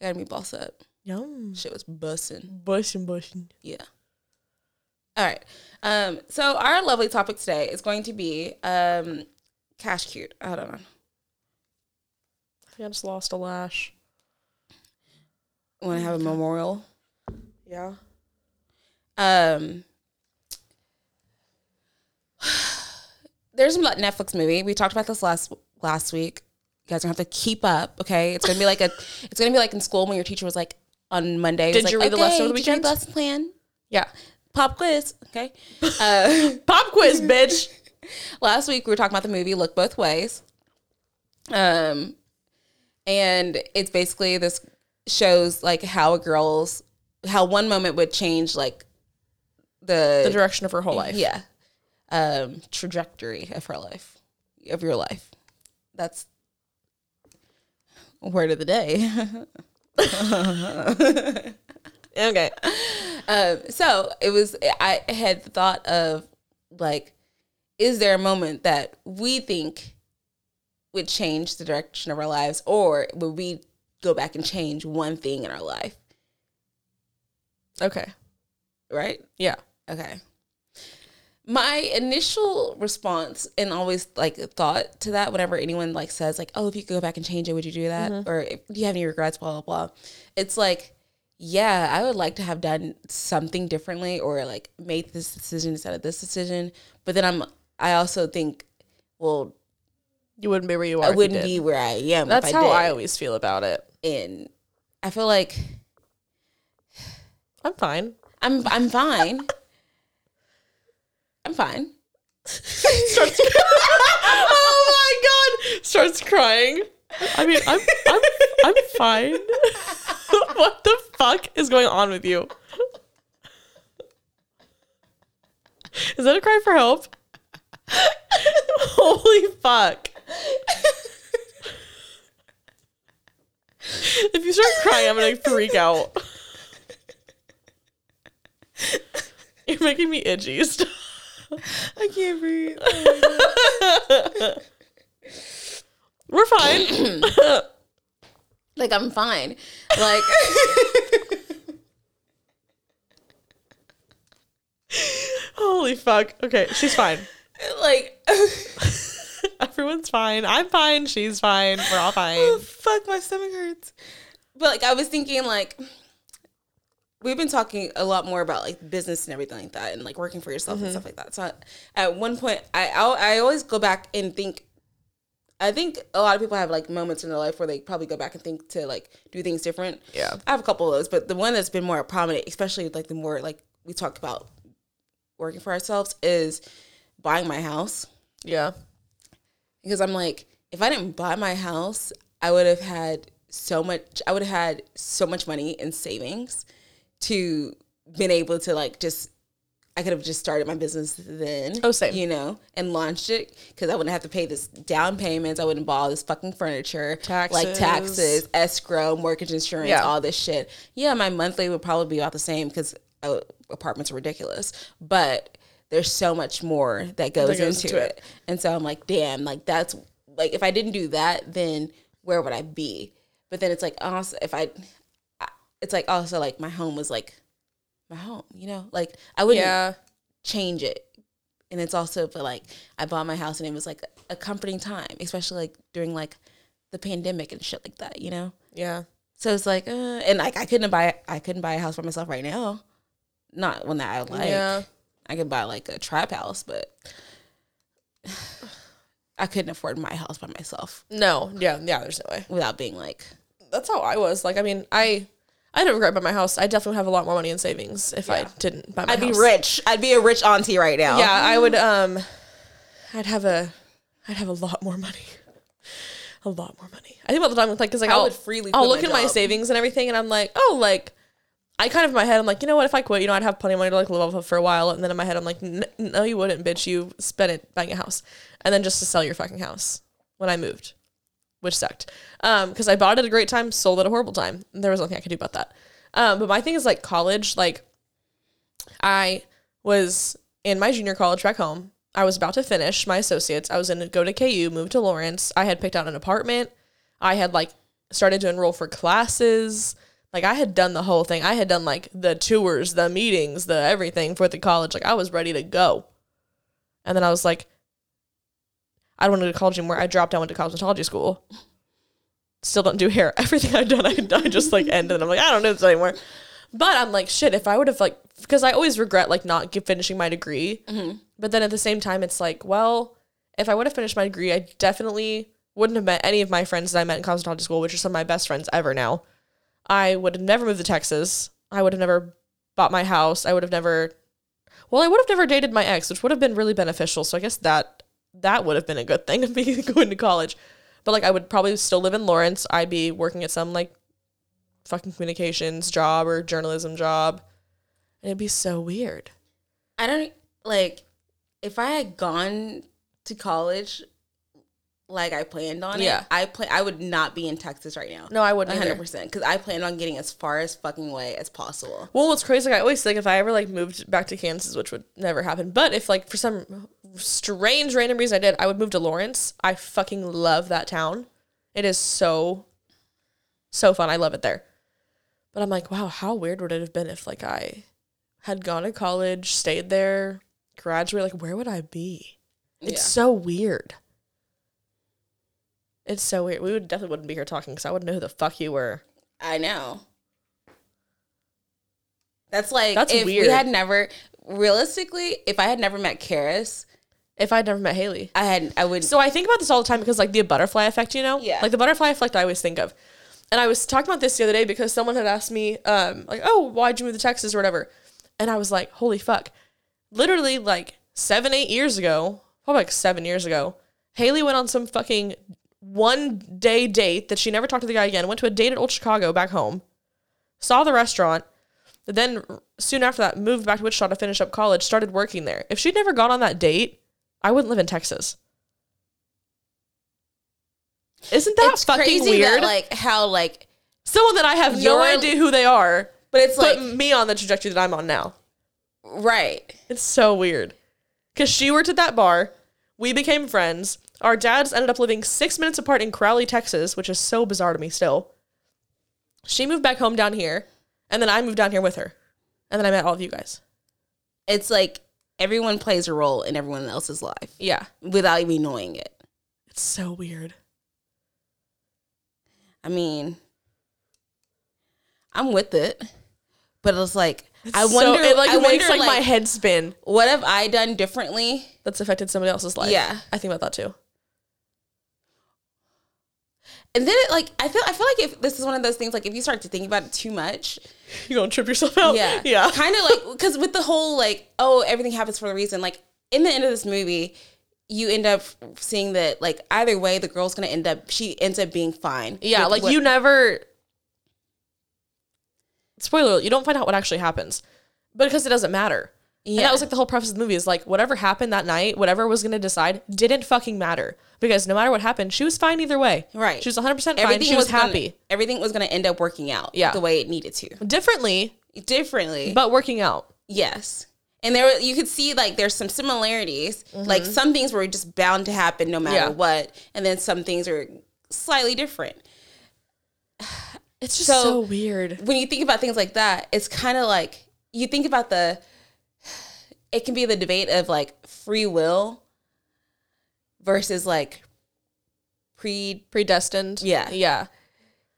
Speaker 1: I got a meatball set.
Speaker 2: Yum.
Speaker 1: Shit was bussin'.
Speaker 2: Bushing, bushing.
Speaker 1: Yeah. All right. Um, so our lovely topic today is going to be um cash cute. I don't know.
Speaker 2: I think I just lost a lash.
Speaker 1: Want to have a memorial?
Speaker 2: Yeah.
Speaker 1: Um, there's a Netflix movie. We talked about this last last week. You guys are gonna have to keep up, okay? It's gonna be like a, it's gonna be like in school when your teacher was like on Monday. it was
Speaker 2: Did
Speaker 1: like,
Speaker 2: you read the lesson
Speaker 1: "Okay,
Speaker 2: over the
Speaker 1: did you read
Speaker 2: weekend?"
Speaker 1: lesson plan,
Speaker 2: Yeah.
Speaker 1: pop quiz, okay? Uh,
Speaker 2: Pop quiz, bitch.
Speaker 1: last week we were talking about the movie Look Both Ways. Um and it's basically this shows like how a girl's how one moment would change like the,
Speaker 2: the direction of her whole life.
Speaker 1: yeah um trajectory of her life of your life. That's word of the day.
Speaker 2: Okay.
Speaker 1: um, so it was I had the thought of like, is there a moment that we think would change the direction of our lives, or would we go back and change one thing in our life?
Speaker 2: Okay.
Speaker 1: Right?
Speaker 2: Yeah.
Speaker 1: Okay. My initial response and always like thought to that whenever anyone like says like, "Oh, if you could go back and change it, would you do that?"
Speaker 2: Mm-hmm.
Speaker 1: or if, "Do you have any regrets?" blah blah blah. It's like, yeah, I would like to have done something differently or like made this decision instead of this decision. But then I'm I also think, well,
Speaker 2: You wouldn't be where you are.
Speaker 1: I
Speaker 2: if you
Speaker 1: wouldn't
Speaker 2: did.
Speaker 1: be where I am.
Speaker 2: That's
Speaker 1: if I
Speaker 2: how I
Speaker 1: did.
Speaker 2: always feel about it.
Speaker 1: And I feel like
Speaker 2: I'm fine.
Speaker 1: I'm I'm fine. I'm fine.
Speaker 2: Starts. oh my god! Starts crying. I mean, I'm I'm I'm fine. what the fuck is going on with you? Is that a cry for help? Holy fuck! If you start crying, I'm gonna freak out. You're making me itchy. Stop.
Speaker 1: I can't breathe.
Speaker 2: We're fine.
Speaker 1: Like I'm fine. Like
Speaker 2: Holy fuck. Okay, she's fine.
Speaker 1: like
Speaker 2: Everyone's fine. I'm fine. She's fine. We're all fine.
Speaker 1: oh, fuck my stomach hurts. But like I was thinking like we've been talking a lot more about like business and everything like that and like working for yourself and stuff like that. So I, at one point I I'll, I always go back and think I think a lot of people have like moments in their life where they probably go back and think to like do things different.
Speaker 2: Yeah.
Speaker 1: I have a couple of those, but the one that's been more prominent, especially like the more like we talk about working for ourselves is buying my house
Speaker 2: Yeah.
Speaker 1: because I'm like, if I didn't buy my house, I would have had so much. I would have had so much money in savings to been able to like just. I could have just started my business then.
Speaker 2: Oh, same.
Speaker 1: You know, and launched it because I wouldn't have to pay this down payments. I wouldn't buy all this fucking furniture, like
Speaker 2: Taxes.
Speaker 1: taxes, escrow, mortgage insurance,
Speaker 2: Yeah.
Speaker 1: all this shit. Yeah, my monthly would probably be about the same because apartments are ridiculous, but there's so much more that goes,
Speaker 2: goes
Speaker 1: into
Speaker 2: into
Speaker 1: it. And so I'm like, damn, like that's like if I didn't do that, then where would I be? But then it's like also if I, I- it's like also like my home was like my home, you know, like I wouldn't
Speaker 2: Yeah.
Speaker 1: change it. And it's also but like I bought my house and it was like a comforting time, especially like during like the pandemic and shit like that, you know.
Speaker 2: Yeah.
Speaker 1: So it's like, uh, and like I couldn't buy I couldn't buy a house for myself right now, not one that I like.
Speaker 2: yeah.
Speaker 1: I could buy like a trap house, but I couldn't afford my house by myself
Speaker 2: No. Yeah. Yeah. There's no way.
Speaker 1: without being like,
Speaker 2: That's how I was. Like, I mean, I I don't regret buying my house. I definitely would have a lot more money in savings if I didn't buy my
Speaker 1: I'd be
Speaker 2: house.
Speaker 1: rich. I'd be a rich auntie right now.
Speaker 2: Yeah, I would. Um, I'd have a, I'd have a lot more money, a lot more money. I think about the time with like, cause like
Speaker 1: I
Speaker 2: I'll,
Speaker 1: would freely
Speaker 2: I'll
Speaker 1: quit
Speaker 2: look
Speaker 1: my
Speaker 2: at my
Speaker 1: job.
Speaker 2: savings and everything, and I'm like, oh, like, I kind of in my head, I'm like, you know what? If I quit, you know, I'd have plenty of money to like live off of for a while, and then in my head, I'm like, "N- no, you wouldn't, bitch. You spent it buying a house, and then just to sell your fucking house when I moved, which sucked. Um, because I bought it at a great time, sold it at a horrible time. There was nothing I could do about that. Um, but my thing is like college, like. I was in my junior college back home. I was about to finish my associates. I was going to go to KU, move to Lawrence. I had picked out an apartment. I had like started to enroll for classes. Like I had done the whole thing. I had done like the tours, the meetings, the everything for the college. Like I was ready to go. And then I was like, I don't want to go to college anymore. I dropped out, went to cosmetology school. Still don't do hair. Everything I've done, I, I just like ended. I'm like, I don't do this anymore. But I'm like, shit, if I would have like, because I always regret like not get, finishing my degree. But then at the same time, it's like, well, if I would have finished my degree, I definitely wouldn't have met any of my friends that I met in cosmetology school, which are some of my best friends ever now. I would have never moved to Texas. I would have never bought my house. I would have never, well, I would have never dated my ex, which would have been really beneficial. So I guess that that would have been a good thing of me going to college. But like, I would probably still live in Lawrence. I'd be working at some like fucking communications job or journalism job. And it'd be so weird.
Speaker 1: I don't like if I had gone to college like I planned on
Speaker 2: Yeah.
Speaker 1: it. I plan. I would not be in Texas right now.
Speaker 2: No, I wouldn't.
Speaker 1: One
Speaker 2: either.
Speaker 1: hundred percent, because I plan on getting as far as fucking away as possible.
Speaker 2: Well, what's crazy, like, I always think if I ever like moved back to Kansas, which would never happen, but if like for some strange random reason I did, I would move to Lawrence. I fucking love that town. It is so, so fun. I love it there. But I'm like, wow, how weird would it have been if like I had gone to college, stayed there, graduated? Like, where would I be? It's so weird. It's so weird. We would definitely wouldn't be here talking because I wouldn't know who the fuck you were.
Speaker 1: I know. That's like
Speaker 2: That's
Speaker 1: if
Speaker 2: weird.
Speaker 1: we had never realistically, if I had never met Karis,
Speaker 2: If I'd never met Haley.
Speaker 1: I had I would
Speaker 2: So I think about this all the time because like the butterfly effect, you know?
Speaker 1: Yeah.
Speaker 2: Like the butterfly effect I always think of. And I was talking about this the other day because someone had asked me, um, like, oh, why'd you move to Texas or whatever? And I was like, holy fuck. Literally like seven, eight years ago, probably like seven years ago, Haley went on some fucking one day date that she never talked to the guy again, went to a date at Old Chicago back home, saw the restaurant, but then soon after that moved back to Wichita to finish up college, started working there. If she'd never gone on that date, I wouldn't live in Texas. Isn't that
Speaker 1: it's
Speaker 2: fucking
Speaker 1: crazy
Speaker 2: weird?
Speaker 1: that like how like
Speaker 2: Someone that I have no
Speaker 1: You're-
Speaker 2: idea who they are
Speaker 1: but it's like
Speaker 2: put me on the trajectory that I'm on now.
Speaker 1: right.
Speaker 2: It's so weird. Cause she worked at that bar. We became friends. Our dads ended up living six minutes apart in Crowley, Texas, which is so bizarre to me still. She moved back home down here, and then I moved down here with her. And then I met all of you guys.
Speaker 1: It's like everyone plays a role in everyone else's life
Speaker 2: Yeah.
Speaker 1: without even knowing it.
Speaker 2: It's so weird.
Speaker 1: I mean, I'm with it, but it's like I
Speaker 2: So-
Speaker 1: wonder.
Speaker 2: it like
Speaker 1: I
Speaker 2: makes
Speaker 1: wonder,
Speaker 2: like, my head spin.
Speaker 1: What have I done differently?
Speaker 2: That's affected somebody else's life.
Speaker 1: Yeah.
Speaker 2: I think about that too.
Speaker 1: And then, it, like, I feel, I feel like if this is one of those things, like, if you start to think about it too much,
Speaker 2: You gonna trip yourself out?
Speaker 1: yeah,
Speaker 2: Yeah.
Speaker 1: kind of like because with the whole like, oh, everything happens for a reason. Like in the end of this movie, you end up seeing that like either way, the girl's gonna end up. She ends up being fine.
Speaker 2: Yeah,
Speaker 1: with
Speaker 2: like
Speaker 1: what-
Speaker 2: you never. Spoiler: alert, You don't find out what actually happens, because it doesn't matter. Yeah, and
Speaker 1: Yeah.
Speaker 2: that was like the whole preface of the movie is like whatever happened that night, whatever was gonna decide, didn't fucking matter because no matter what happened, she was fine either way.
Speaker 1: Right.
Speaker 2: She was one hundred percent fine.
Speaker 1: everything
Speaker 2: She was,
Speaker 1: gonna-
Speaker 2: happy.
Speaker 1: everything was gonna end up working out.
Speaker 2: Yeah.
Speaker 1: the way it needed to.
Speaker 2: Differently,
Speaker 1: Differently,
Speaker 2: but working out.
Speaker 1: Yes. And there were- you could see like there's some similarities. Like some things were just bound to happen no matter
Speaker 2: Mm-hmm. Yeah.
Speaker 1: what. And then some things are slightly different.
Speaker 2: It's just
Speaker 1: So-
Speaker 2: so, weird.
Speaker 1: When you think about things like that, it's kind of like you think about the it can be the debate of like free will versus like pre
Speaker 2: Predestined.
Speaker 1: Yeah.
Speaker 2: Yeah.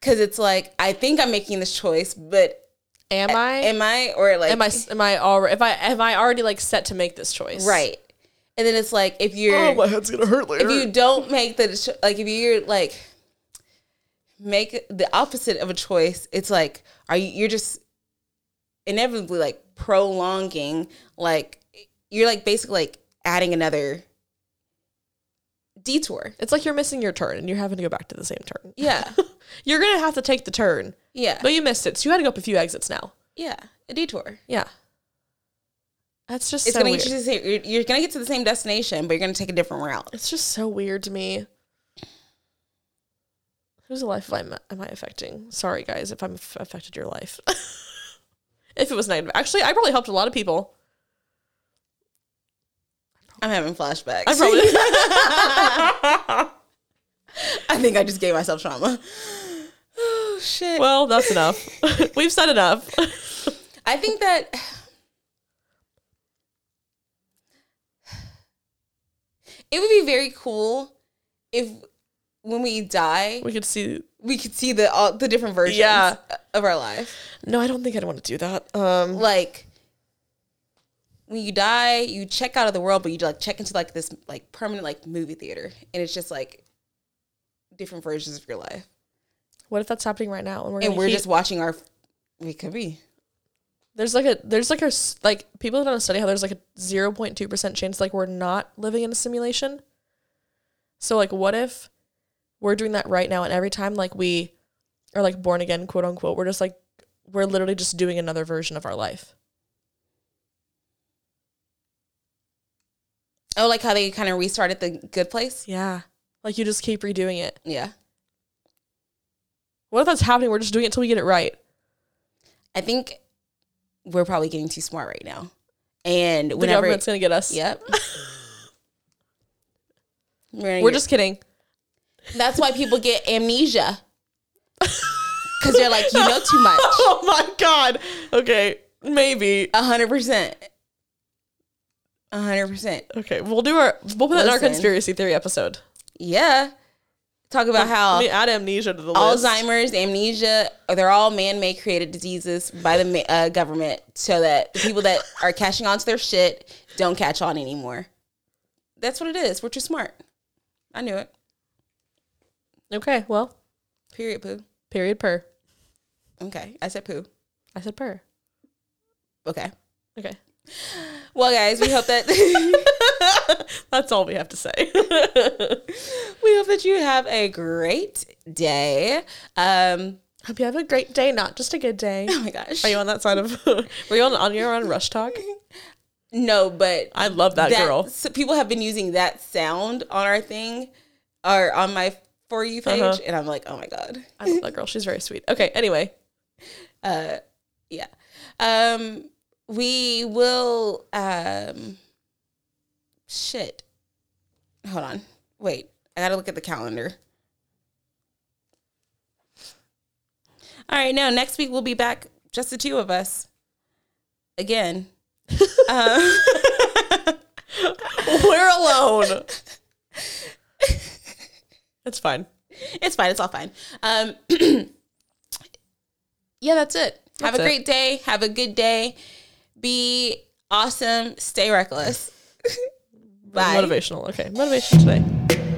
Speaker 1: cuz it's like I think I'm making this choice, but
Speaker 2: Am I?
Speaker 1: am I or like
Speaker 2: Am I? Am I already? If I am I already like set to make this choice?
Speaker 1: right? And then it's like if you're
Speaker 2: Oh, head's gonna hurt later.
Speaker 1: if you don't make the cho- like if you're like make the opposite of a choice it's like are you you're just inevitably like prolonging like you're like basically like adding another detour
Speaker 2: It's like you're missing your turn and you're having to go back to the same turn.
Speaker 1: yeah
Speaker 2: You're gonna have to take the turn,
Speaker 1: yeah
Speaker 2: but you missed it, so you had to go up a few exits now.
Speaker 1: yeah a detour
Speaker 2: Yeah, that's just
Speaker 1: it's
Speaker 2: so
Speaker 1: gonna
Speaker 2: weird.
Speaker 1: get you to the same, you're, you're gonna get to the same destination but you're gonna take a different route
Speaker 2: it's just so weird to me. Whose life am I, am I affecting? Sorry, guys, if I'm f- affected your life. if it was negative, actually, I probably helped a lot of people.
Speaker 1: i'm having flashbacks
Speaker 2: I probably.
Speaker 1: I think i just gave myself trauma oh shit
Speaker 2: well, that's enough. We've said enough.
Speaker 1: I think that it would be very cool if when we die
Speaker 2: we could see.
Speaker 1: we could see the all the different versions
Speaker 2: Yeah.
Speaker 1: of our life.
Speaker 2: No, I don't think I'd want to do that. Um,
Speaker 1: Like when you die, you check out of the world, but you like check into like this like permanent like movie theater, and it's just like different versions of your life,
Speaker 2: what if that's happening right now? And we're,
Speaker 1: and
Speaker 2: gonna
Speaker 1: we're
Speaker 2: keep-
Speaker 1: just watching our. We could be.
Speaker 2: There's like a there's like a s- like people have done a study how there's like a zero point two percent chance like we're not living in a simulation. So like, what if we're doing that right now, and every time like we are like born again, quote unquote, we're just like we're literally just doing another version of our life.
Speaker 1: Oh, like how they kind of restarted the good place.
Speaker 2: Yeah, like you just keep redoing it.
Speaker 1: Yeah.
Speaker 2: What if that's happening? We're just doing it till we get it right.
Speaker 1: I think we're probably getting too smart right now. And
Speaker 2: The
Speaker 1: whenever,
Speaker 2: government's gonna get us.
Speaker 1: yep, we're, gonna
Speaker 2: we're
Speaker 1: get-
Speaker 2: just kidding.
Speaker 1: That's why people get amnesia because they're like, you know, too much.
Speaker 2: Oh my god. Okay, maybe.
Speaker 1: A hundred percent. A hundred percent.
Speaker 2: Okay, we'll do our we'll put that in our
Speaker 1: Listen.
Speaker 2: conspiracy theory episode.
Speaker 1: Yeah. Talk about how
Speaker 2: Let me add amnesia to the list.
Speaker 1: Alzheimer's, amnesia, they're all man-made created diseases by the ma- uh, government so that the people that are catching on to their shit don't catch on anymore. That's what it is. We're too smart. I knew it.
Speaker 2: Okay, well,
Speaker 1: Period, poo.
Speaker 2: period purr.
Speaker 1: Okay. I said poo.
Speaker 2: I said purr.
Speaker 1: Okay.
Speaker 2: Okay.
Speaker 1: Well, guys, we hope that
Speaker 2: That's all we have to say.
Speaker 1: we hope that you have a great day. Um,
Speaker 2: Hope you have a great day, not just a good day.
Speaker 1: oh my gosh.
Speaker 2: Are you on that side of Were you on on your on Rush Talk?
Speaker 1: no, but
Speaker 2: I love that,
Speaker 1: that-
Speaker 2: girl.
Speaker 1: So people have been using that sound on our thing or on my for you page,
Speaker 2: Uh-huh.
Speaker 1: and I'm like, oh my god,
Speaker 2: I love that girl. She's very sweet. Okay, anyway.
Speaker 1: uh, yeah. Um, we will. Um, shit. Hold on. Wait. I gotta look at the calendar. All right, no, next week we'll be back, just the two of us. Again. um,
Speaker 2: We're alone. it's fine.
Speaker 1: it's fine, it's all fine. Um, yeah, that's it. Have
Speaker 2: That's
Speaker 1: a
Speaker 2: it.
Speaker 1: great day. Have a good day. Be awesome. Stay reckless. Bye.
Speaker 2: Motivational. Okay. Motivation today.